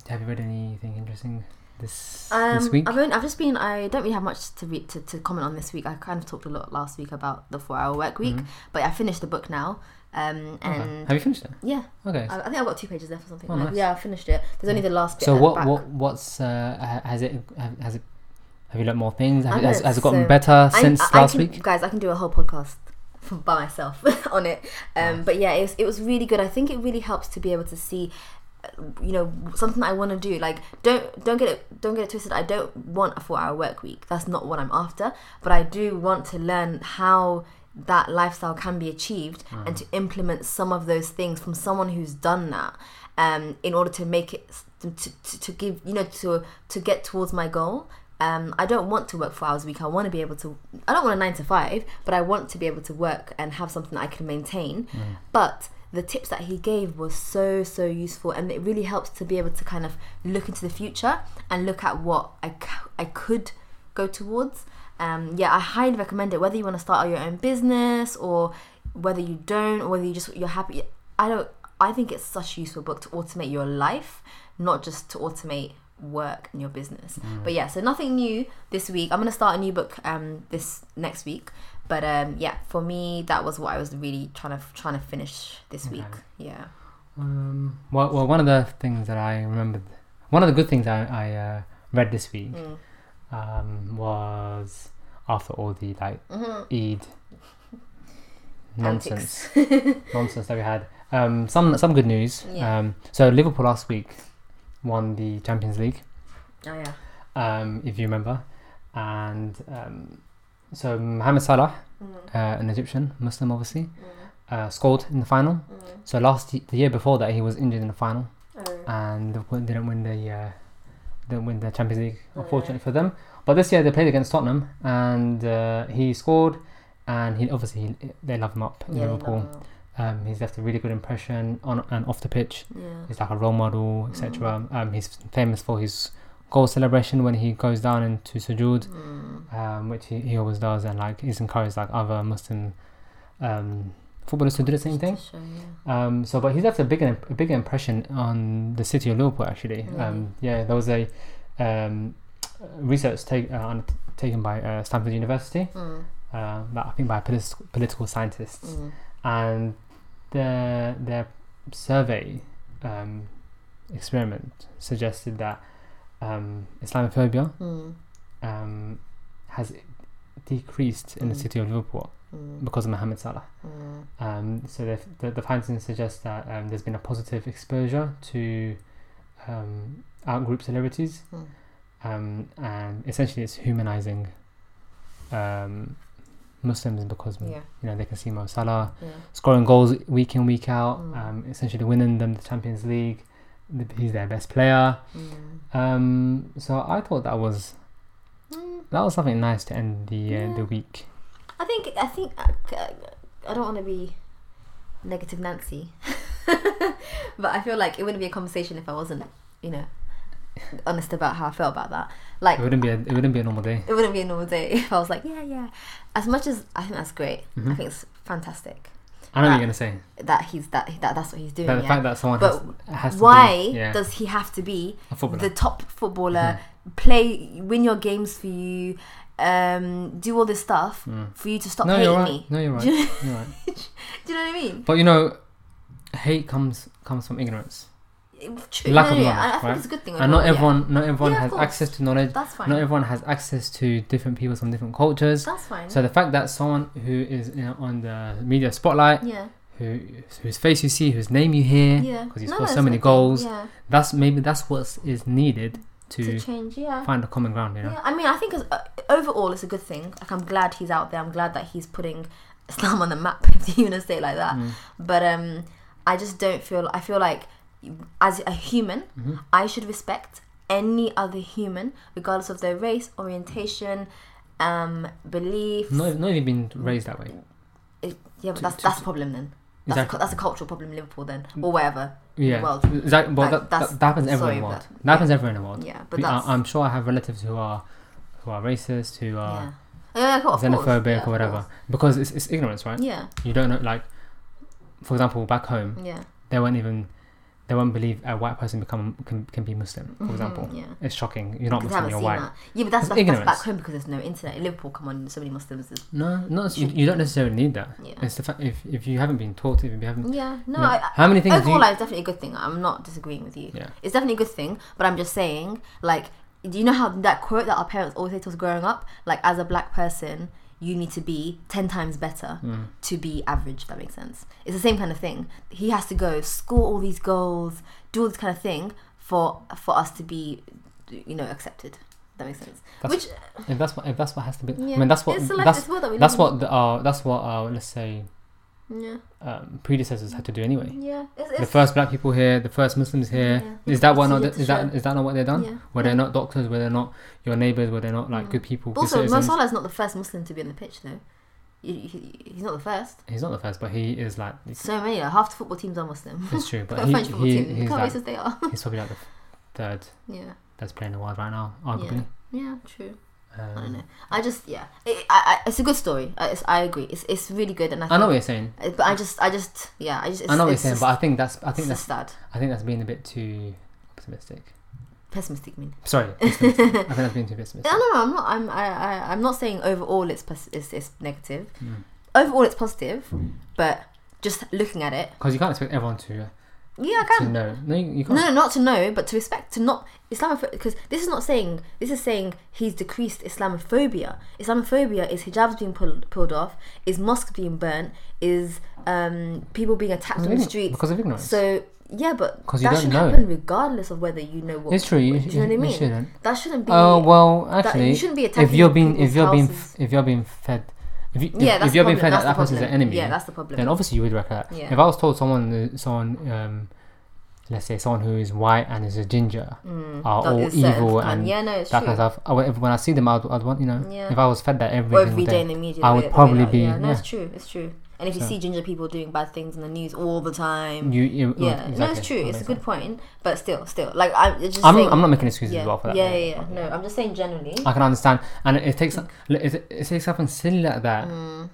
Speaker 1: have you read anything interesting this
Speaker 2: Um,
Speaker 1: this week?
Speaker 2: I've, only, I've just been. I don't really have much to read to, to comment on this week. I kind of talked a lot last week about the four-hour work week,
Speaker 1: Mhm.
Speaker 2: but I finished the book now. Um, and
Speaker 1: okay. Have you finished it?
Speaker 2: yeah,
Speaker 1: Okay.
Speaker 2: I, I think I've got two pages left or something.
Speaker 1: Oh,
Speaker 2: Like,
Speaker 1: nice.
Speaker 2: Yeah, I finished it. There's only the last bit.
Speaker 1: so
Speaker 2: at the
Speaker 1: what
Speaker 2: back.
Speaker 1: what what's uh, ha- has it have, has it have you learnt more things? Have
Speaker 2: I
Speaker 1: it, has,
Speaker 2: learnt
Speaker 1: has it gotten
Speaker 2: so-
Speaker 1: better
Speaker 2: I-
Speaker 1: since
Speaker 2: I- I
Speaker 1: last
Speaker 2: can-
Speaker 1: week?
Speaker 2: guys. I can do a whole podcast for, by myself on it. Um, But yeah, it was, it was really good. I think it really helps to be able to see, uh, you know, something I want to do. Like, don't don't get it don't get it twisted. I don't want a four-hour work week. That's not what I'm after. But I do want to learn how that lifestyle can be achieved and to implement some of those things from someone who's done that um, in order to make it to, to, to give you know to to get towards my goal um, I don't want to work four hours a week. I want to be able to. I don't want a nine to five, but I want to be able to work and have something that I can maintain. But the tips that he gave was so so useful, and it really helps to be able to kind of look into the future and look at what I c- I could go towards. Um, yeah, I highly recommend it. Whether you want to start your own business or whether you don't, or whether you just you're happy. I don't. I think it's such a useful book to automate your life, not just to automate work and your business.
Speaker 1: Mm.
Speaker 2: But yeah, so nothing new this week. I'm gonna start a new book um this next week. But um yeah, for me that was what I was really trying to trying to finish this
Speaker 1: Okay.
Speaker 2: week. Yeah.
Speaker 1: Um, well, well, one of the things that I remembered, one of the good things I, I uh, read this week
Speaker 2: Mm.
Speaker 1: um, was after all the like
Speaker 2: Mhm.
Speaker 1: Eid nonsense
Speaker 2: Antics.
Speaker 1: nonsense that we had. Um, some some good news.
Speaker 2: Yeah.
Speaker 1: Um, so Liverpool last week won the Champions League,
Speaker 2: Oh yeah.
Speaker 1: um, if you remember, and um, so Mohamed Salah,
Speaker 2: Mhm.
Speaker 1: uh, an Egyptian Muslim, obviously,
Speaker 2: Mhm.
Speaker 1: uh, scored in the final.
Speaker 2: Mhm.
Speaker 1: So last y- the year before that, he was injured in the final
Speaker 2: Oh.
Speaker 1: and Liverpool didn't win the uh, didn't win the Champions League,
Speaker 2: Oh,
Speaker 1: unfortunately for them. But this year they played against Tottenham, and uh, he scored, and he obviously he, they love him up in
Speaker 2: Yeah, they love
Speaker 1: Liverpool.
Speaker 2: that.
Speaker 1: Um, he's left a really good impression on and off the pitch.
Speaker 2: Yeah.
Speaker 1: He's like a role model, etc. Um, he's famous for his goal celebration when he goes down into sujood,
Speaker 2: Mm.
Speaker 1: um, which he, he always does, and like he's encouraged like other Muslim um, footballers to do the same thing.
Speaker 2: Show, yeah.
Speaker 1: Um, so, but he's left a big, a big impression on the city of Liverpool. Actually,
Speaker 2: Really?
Speaker 1: um, yeah, there was a um, research take, uh, un- taken by uh, Stanford University,
Speaker 2: Mm.
Speaker 1: uh, that I think by polis- political scientists,
Speaker 2: Mm.
Speaker 1: and their their survey um, experiment suggested that um, Islamophobia
Speaker 2: Mm.
Speaker 1: um, has decreased in the
Speaker 2: Mm.
Speaker 1: city of Liverpool
Speaker 2: Mm.
Speaker 1: because of Mohamed Salah.
Speaker 2: Mm.
Speaker 1: Um, so the, the, the findings suggest that um, there's been a positive exposure to um, outgroup celebrities,
Speaker 2: Mm.
Speaker 1: um, and essentially it's humanizing um, Muslims because
Speaker 2: Yeah.
Speaker 1: you know they can see Mo Salah
Speaker 2: Yeah.
Speaker 1: scoring goals week in week out,
Speaker 2: Mm.
Speaker 1: um, essentially winning them the Champions League. Th- He's their best player.
Speaker 2: Mm.
Speaker 1: Um, so I thought that was
Speaker 2: Mm.
Speaker 1: that was something nice to end the uh,
Speaker 2: Yeah.
Speaker 1: the week.
Speaker 2: I think I think I, I don't want to be negative Nancy, but I feel like it wouldn't be a conversation if I wasn't, you know, honest about how I felt about that. Like
Speaker 1: It wouldn't be a, it wouldn't be a normal day.
Speaker 2: it wouldn't be a normal day if I was like, yeah, yeah. As much as I think that's great, I
Speaker 1: Mhm.
Speaker 2: think it's fantastic
Speaker 1: I know what
Speaker 2: Uh,
Speaker 1: you're gonna say.
Speaker 2: that he's that, that that's what he's doing.
Speaker 1: That the
Speaker 2: yeah.
Speaker 1: fact that someone
Speaker 2: But
Speaker 1: has, has to
Speaker 2: Why
Speaker 1: be, yeah,
Speaker 2: does he have to be
Speaker 1: a footballer. Mm-hmm.
Speaker 2: the top footballer, play, win your games for you, um, do all this stuff
Speaker 1: Mm.
Speaker 2: for you to stop
Speaker 1: no,
Speaker 2: hating
Speaker 1: you're right.
Speaker 2: me?
Speaker 1: No, you're right.
Speaker 2: Do you-
Speaker 1: you're right.
Speaker 2: Do you know what I mean?
Speaker 1: But you know, hate comes comes from ignorance,
Speaker 2: True.
Speaker 1: Lack
Speaker 2: no,
Speaker 1: of
Speaker 2: no, no,
Speaker 1: knowledge,
Speaker 2: I, I think
Speaker 1: right?
Speaker 2: it's a good thing.
Speaker 1: and not
Speaker 2: overall, Oh, yeah.
Speaker 1: everyone not everyone
Speaker 2: Yeah, of
Speaker 1: has
Speaker 2: course.
Speaker 1: access to knowledge.
Speaker 2: That's fine.
Speaker 1: Not everyone has access to different people from different cultures.
Speaker 2: That's fine.
Speaker 1: So the fact that someone who is you know, on the media spotlight,
Speaker 2: yeah.
Speaker 1: who whose face you see, whose name you hear,
Speaker 2: Yeah.
Speaker 1: because he
Speaker 2: No,
Speaker 1: scores
Speaker 2: no,
Speaker 1: so
Speaker 2: it's
Speaker 1: many
Speaker 2: okay.
Speaker 1: goals,
Speaker 2: Yeah.
Speaker 1: that's maybe that's what is needed
Speaker 2: To
Speaker 1: to,
Speaker 2: change. Yeah.
Speaker 1: find a common ground. You know,
Speaker 2: Yeah. I mean, I think it's, uh, overall it's a good thing. Like, I'm glad he's out there. I'm glad that he's putting Islam on the map, if you want to say it like that.
Speaker 1: Mm.
Speaker 2: But um, I just don't feel. I feel like, as a human,
Speaker 1: Mhm.
Speaker 2: I should respect any other human, regardless of their race, orientation, um, beliefs.
Speaker 1: not not even being raised that way.
Speaker 2: It- yeah, but
Speaker 1: to-
Speaker 2: that's
Speaker 1: to-
Speaker 2: that's a problem then. That's,
Speaker 1: Exactly. Mm.
Speaker 2: a, cu- that's a cultural problem in Liverpool then, or wherever.
Speaker 1: Yeah,
Speaker 2: world.
Speaker 1: exactly. Well,
Speaker 2: Like,
Speaker 1: that,
Speaker 2: that's-
Speaker 1: that, that happens everywhere in the
Speaker 2: sorry,
Speaker 1: world.
Speaker 2: but-
Speaker 1: That happens everywhere in the world.
Speaker 2: Yeah, but
Speaker 1: We- I-
Speaker 2: that's
Speaker 1: I'm sure I have relatives who are who are racist, who
Speaker 2: yeah.
Speaker 1: are
Speaker 2: Yeah, of course, of course.
Speaker 1: xenophobic
Speaker 2: Yeah, of
Speaker 1: or whatever,
Speaker 2: course.
Speaker 1: because it's, it's ignorance, right?
Speaker 2: Yeah,
Speaker 1: You don't know, like, for example, back home
Speaker 2: yeah. Mm-hmm,
Speaker 1: they weren't even they won't believe a white person become can, can be Muslim, for example.
Speaker 2: Mhm, yeah.
Speaker 1: It's shocking. You're not
Speaker 2: Because I
Speaker 1: Muslim,
Speaker 2: haven't
Speaker 1: you're
Speaker 2: seen
Speaker 1: white.
Speaker 2: that. Yeah,
Speaker 1: It's
Speaker 2: but that's, that's, that's back
Speaker 1: ignorance.
Speaker 2: home because there's no internet. In Liverpool, come on, so many Muslims. Is,
Speaker 1: No, not you, you don't necessarily need that.
Speaker 2: Yeah.
Speaker 1: It's the fact if, if you haven't been taught, if you haven't,
Speaker 2: yeah, no.
Speaker 1: you know,
Speaker 2: I, I-
Speaker 1: how many things do
Speaker 2: overall,
Speaker 1: you,
Speaker 2: like, it's definitely a good thing. I'm not disagreeing with you.
Speaker 1: Yeah.
Speaker 2: It's definitely a good thing, but I'm just saying, like, do you know how that quote that our parents always say to us growing up? Like, as a black person, you need to be 10 times better
Speaker 1: Hmm.
Speaker 2: to be average, if that makes sense. It's the same kind of thing. He has to go score all these goals, do all this kind of thing for for us to be, you know, accepted. That makes sense.
Speaker 1: That's-
Speaker 2: Which,
Speaker 1: if that's what if that's what has to be,
Speaker 2: yeah.
Speaker 1: I mean that's what
Speaker 2: it's the life-
Speaker 1: that's
Speaker 2: it's the world that we
Speaker 1: that's
Speaker 2: live
Speaker 1: what the, uh, that's what uh, let's say
Speaker 2: in. Yeah.
Speaker 1: um, predecessors had to do anyway.
Speaker 2: Yeah. It's,
Speaker 1: The
Speaker 2: Mm. it's,
Speaker 1: first black people here, the first Muslims here.
Speaker 2: Yeah.
Speaker 1: Is that what
Speaker 2: So
Speaker 1: not?
Speaker 2: you have to
Speaker 1: Is that
Speaker 2: show.
Speaker 1: is that not what they've done?
Speaker 2: Yeah.
Speaker 1: Were they not doctors? Were they not your neighbors? Were they not like
Speaker 2: Mm.
Speaker 1: good people? good
Speaker 2: also, Mo
Speaker 1: citizens?
Speaker 2: Salah's not the first Muslim to be on the pitch, though. He- he- he's not the first.
Speaker 1: he's not the first, but he is like
Speaker 2: So many. Like, half the football teams are Muslim.
Speaker 1: it's true.
Speaker 2: But
Speaker 1: But he,
Speaker 2: French football
Speaker 1: he
Speaker 2: team.
Speaker 1: he's
Speaker 2: How
Speaker 1: like
Speaker 2: racist they are.
Speaker 1: he's probably like the third
Speaker 2: yeah.
Speaker 1: that's playing the world right now, arguably.
Speaker 2: Yeah, true. I don't
Speaker 1: Um,
Speaker 2: know. I just yeah. It, I, I, it's a good story. I, it's, I agree. It's it's really good, and I.
Speaker 1: I know what
Speaker 2: think-
Speaker 1: you're saying.
Speaker 2: uh, But I just I just yeah I just. It's,
Speaker 1: I know what you're
Speaker 2: it's
Speaker 1: saying,
Speaker 2: just,
Speaker 1: but I think that's I think
Speaker 2: it's
Speaker 1: that's
Speaker 2: just sad.
Speaker 1: I think that's being a bit too optimistic.
Speaker 2: Pessimistic, I mean.
Speaker 1: Sorry, pessimistic. I think that's being too
Speaker 2: No,
Speaker 1: pessimistic.
Speaker 2: no, no. I'm not. I'm. I, I. I'm not saying overall it's pos- it's, it's negative.
Speaker 1: Mm.
Speaker 2: Overall it's positive, but just looking at it,
Speaker 1: Because you can't expect everyone to uh,
Speaker 2: yeah, I
Speaker 1: to
Speaker 2: can.
Speaker 1: know. No, you, you can't.
Speaker 2: No, not to know, but to respect, to not Islamoph because this is not saying this is saying he's decreased Islamophobia. Islamophobia is hijabs being pulled, pulled off, is mosques being burnt, is um, people being attacked
Speaker 1: Because
Speaker 2: on
Speaker 1: of
Speaker 2: the
Speaker 1: ign-
Speaker 2: streets.
Speaker 1: Because of ignorance.
Speaker 2: So yeah, but
Speaker 1: 'Cause
Speaker 2: that
Speaker 1: you don't
Speaker 2: should
Speaker 1: know.
Speaker 2: happen regardless of whether you know what.
Speaker 1: it's true. You,
Speaker 2: do you know what I
Speaker 1: you
Speaker 2: mean?
Speaker 1: shouldn't.
Speaker 2: That shouldn't be.
Speaker 1: Oh well,
Speaker 2: that-
Speaker 1: actually,
Speaker 2: you shouldn't be attacking.
Speaker 1: if you're being if
Speaker 2: people's
Speaker 1: you're being
Speaker 2: houses.
Speaker 1: f- if you're being fed, if, you, if,
Speaker 2: yeah, that's
Speaker 1: if you're
Speaker 2: the
Speaker 1: being
Speaker 2: problem.
Speaker 1: fed that
Speaker 2: that's
Speaker 1: that
Speaker 2: the
Speaker 1: person's an
Speaker 2: problem.
Speaker 1: enemy,
Speaker 2: Yeah, that's the problem.
Speaker 1: then obviously you would work that.
Speaker 2: Yeah.
Speaker 1: If I was told someone, someone, um, let's say someone who is white and is a ginger
Speaker 2: Mm,
Speaker 1: are
Speaker 2: that
Speaker 1: all
Speaker 2: is certain
Speaker 1: evil
Speaker 2: kind-
Speaker 1: and
Speaker 2: yeah, no, it's
Speaker 1: that
Speaker 2: true.
Speaker 1: kind of stuff, I would, when I see them, I'd, I'd want you know.
Speaker 2: Yeah.
Speaker 1: If I was fed that every
Speaker 2: Or
Speaker 1: single
Speaker 2: every
Speaker 1: day,
Speaker 2: day in the media.
Speaker 1: I
Speaker 2: the
Speaker 1: would
Speaker 2: way- the way
Speaker 1: probably
Speaker 2: that-
Speaker 1: be-
Speaker 2: Yeah, no,
Speaker 1: yeah.
Speaker 2: it's true. It's true. And if you
Speaker 1: So-
Speaker 2: see ginger people doing bad things in the news all the time,
Speaker 1: you, you
Speaker 2: yeah,
Speaker 1: exactly,
Speaker 2: no, it's true.
Speaker 1: that
Speaker 2: It's a
Speaker 1: makes
Speaker 2: good
Speaker 1: sense.
Speaker 2: point, but still, still, like I'm it's just
Speaker 1: I'm,
Speaker 2: saying.
Speaker 1: I'm not making excuses
Speaker 2: yeah,
Speaker 1: as well for that.
Speaker 2: yeah,
Speaker 1: though.
Speaker 2: yeah, yeah. No, I'm just saying generally.
Speaker 1: I can understand, and it takes look, it, it takes something silly like that.
Speaker 2: Mm,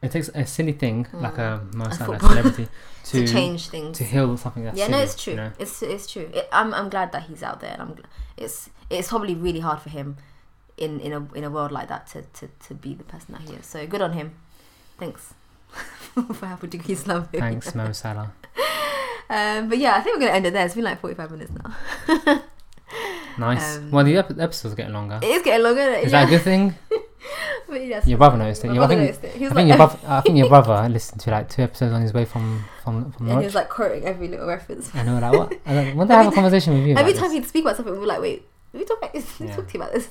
Speaker 1: It takes a silly thing like a Mo Salah
Speaker 2: football.
Speaker 1: celebrity
Speaker 2: to,
Speaker 1: to
Speaker 2: change things.
Speaker 1: to heal something that's
Speaker 2: yeah,
Speaker 1: silly,
Speaker 2: no, it's true.
Speaker 1: You know?
Speaker 2: It's it's true. It, I'm I'm glad that he's out there. And I'm gl- it's it's probably really hard for him in in a in a world like that to to, to be the person that he is. So good on him. Thanks for helping to Islam.
Speaker 1: Thanks, Mo Salah.
Speaker 2: Um, but yeah, I think we're gonna end it there. It's been like 45 minutes now.
Speaker 1: Nice.
Speaker 2: Um,
Speaker 1: well, the ep- episode's getting longer.
Speaker 2: it is getting longer.
Speaker 1: Is
Speaker 2: yeah.
Speaker 1: that a good thing?
Speaker 2: But yeah,
Speaker 1: Your brother noticed it.
Speaker 2: My
Speaker 1: Yeah, I
Speaker 2: brother
Speaker 1: think-
Speaker 2: noticed it. He was
Speaker 1: I think your
Speaker 2: like,
Speaker 1: brother, I think your brother listened to like two episodes on his way from from from
Speaker 2: and he
Speaker 1: Norwich,
Speaker 2: was like quoting every little reference.
Speaker 1: and they were like, "What? I don't, when did I have a
Speaker 2: Every-
Speaker 1: conversation with you?"
Speaker 2: Every
Speaker 1: about
Speaker 2: time
Speaker 1: this?
Speaker 2: he'd speak about something, we were like, wait, did we talk about this? We
Speaker 1: Yeah.
Speaker 2: talked about this.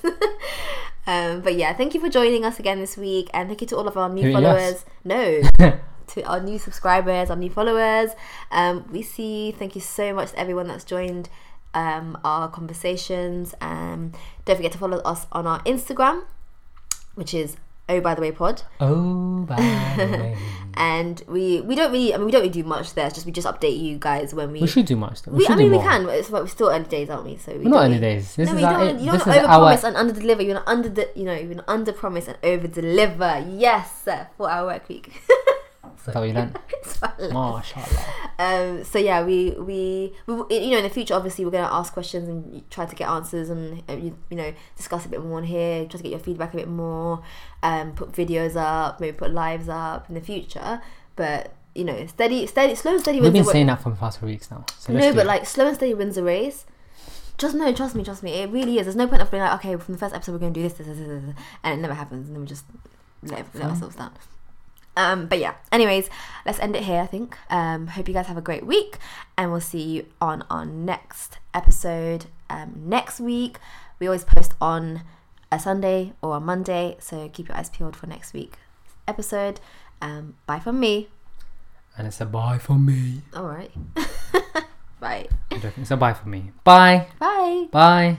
Speaker 2: um, but yeah, thank you for joining us again this week, and thank you to all of our new
Speaker 1: Who,
Speaker 2: followers.
Speaker 1: yes.
Speaker 2: No. To our new subscribers, our new followers, um, we see. you. Thank you so much to everyone that's joined um, our conversations. Um, don't forget to follow us on our Instagram, which is oh by the way pod.
Speaker 1: oh, by the way,
Speaker 2: and we we don't really I mean we don't really do much there. It's just we just update you guys when we.
Speaker 1: we should do much. Though. We,
Speaker 2: we-
Speaker 1: should
Speaker 2: I mean,
Speaker 1: do
Speaker 2: we
Speaker 1: more.
Speaker 2: can. But it's like we're still early days, aren't we? So we
Speaker 1: We're not
Speaker 2: don't
Speaker 1: early
Speaker 2: really-
Speaker 1: days. This
Speaker 2: no,
Speaker 1: is
Speaker 2: you
Speaker 1: our.
Speaker 2: don't. You
Speaker 1: this
Speaker 2: don't
Speaker 1: is
Speaker 2: over
Speaker 1: our.
Speaker 2: promise and under deliver. You're gonna under. di- You know, you're gonna under promise and over deliver. Yes, for our work week.
Speaker 1: That's how you learn.
Speaker 2: It's fine.
Speaker 1: MashaAllah.
Speaker 2: um, so yeah, we, we we you know in the future obviously we're gonna ask questions and try to get answers and uh, you, you know discuss a bit more on here, try to get your feedback a bit more, um, put videos up, maybe put lives up in the future. But you know, steady, steady, slow and steady
Speaker 1: We've
Speaker 2: wins the
Speaker 1: been
Speaker 2: wa-
Speaker 1: saying that for the past three weeks now. So let's
Speaker 2: no,
Speaker 1: do
Speaker 2: but
Speaker 1: it.
Speaker 2: like slow and steady wins the race. Just no, trust me, trust me. It really is. There's no point of being like, okay, from the first episode we're gonna do this, this, this, this, this," and it never happens, and then we just let, let ourselves down. Um, but yeah. Anyways, let's end it here. I think. Um, hope you guys have a great week, and we'll see you on our next episode um, next week. We always post on a Sunday or a Monday, so keep your eyes peeled for next week episode. Um, bye from me.
Speaker 1: and it's a bye for me.
Speaker 2: All right. bye.
Speaker 1: I'm joking. It's a bye for me. Bye.
Speaker 2: Bye.
Speaker 1: Bye.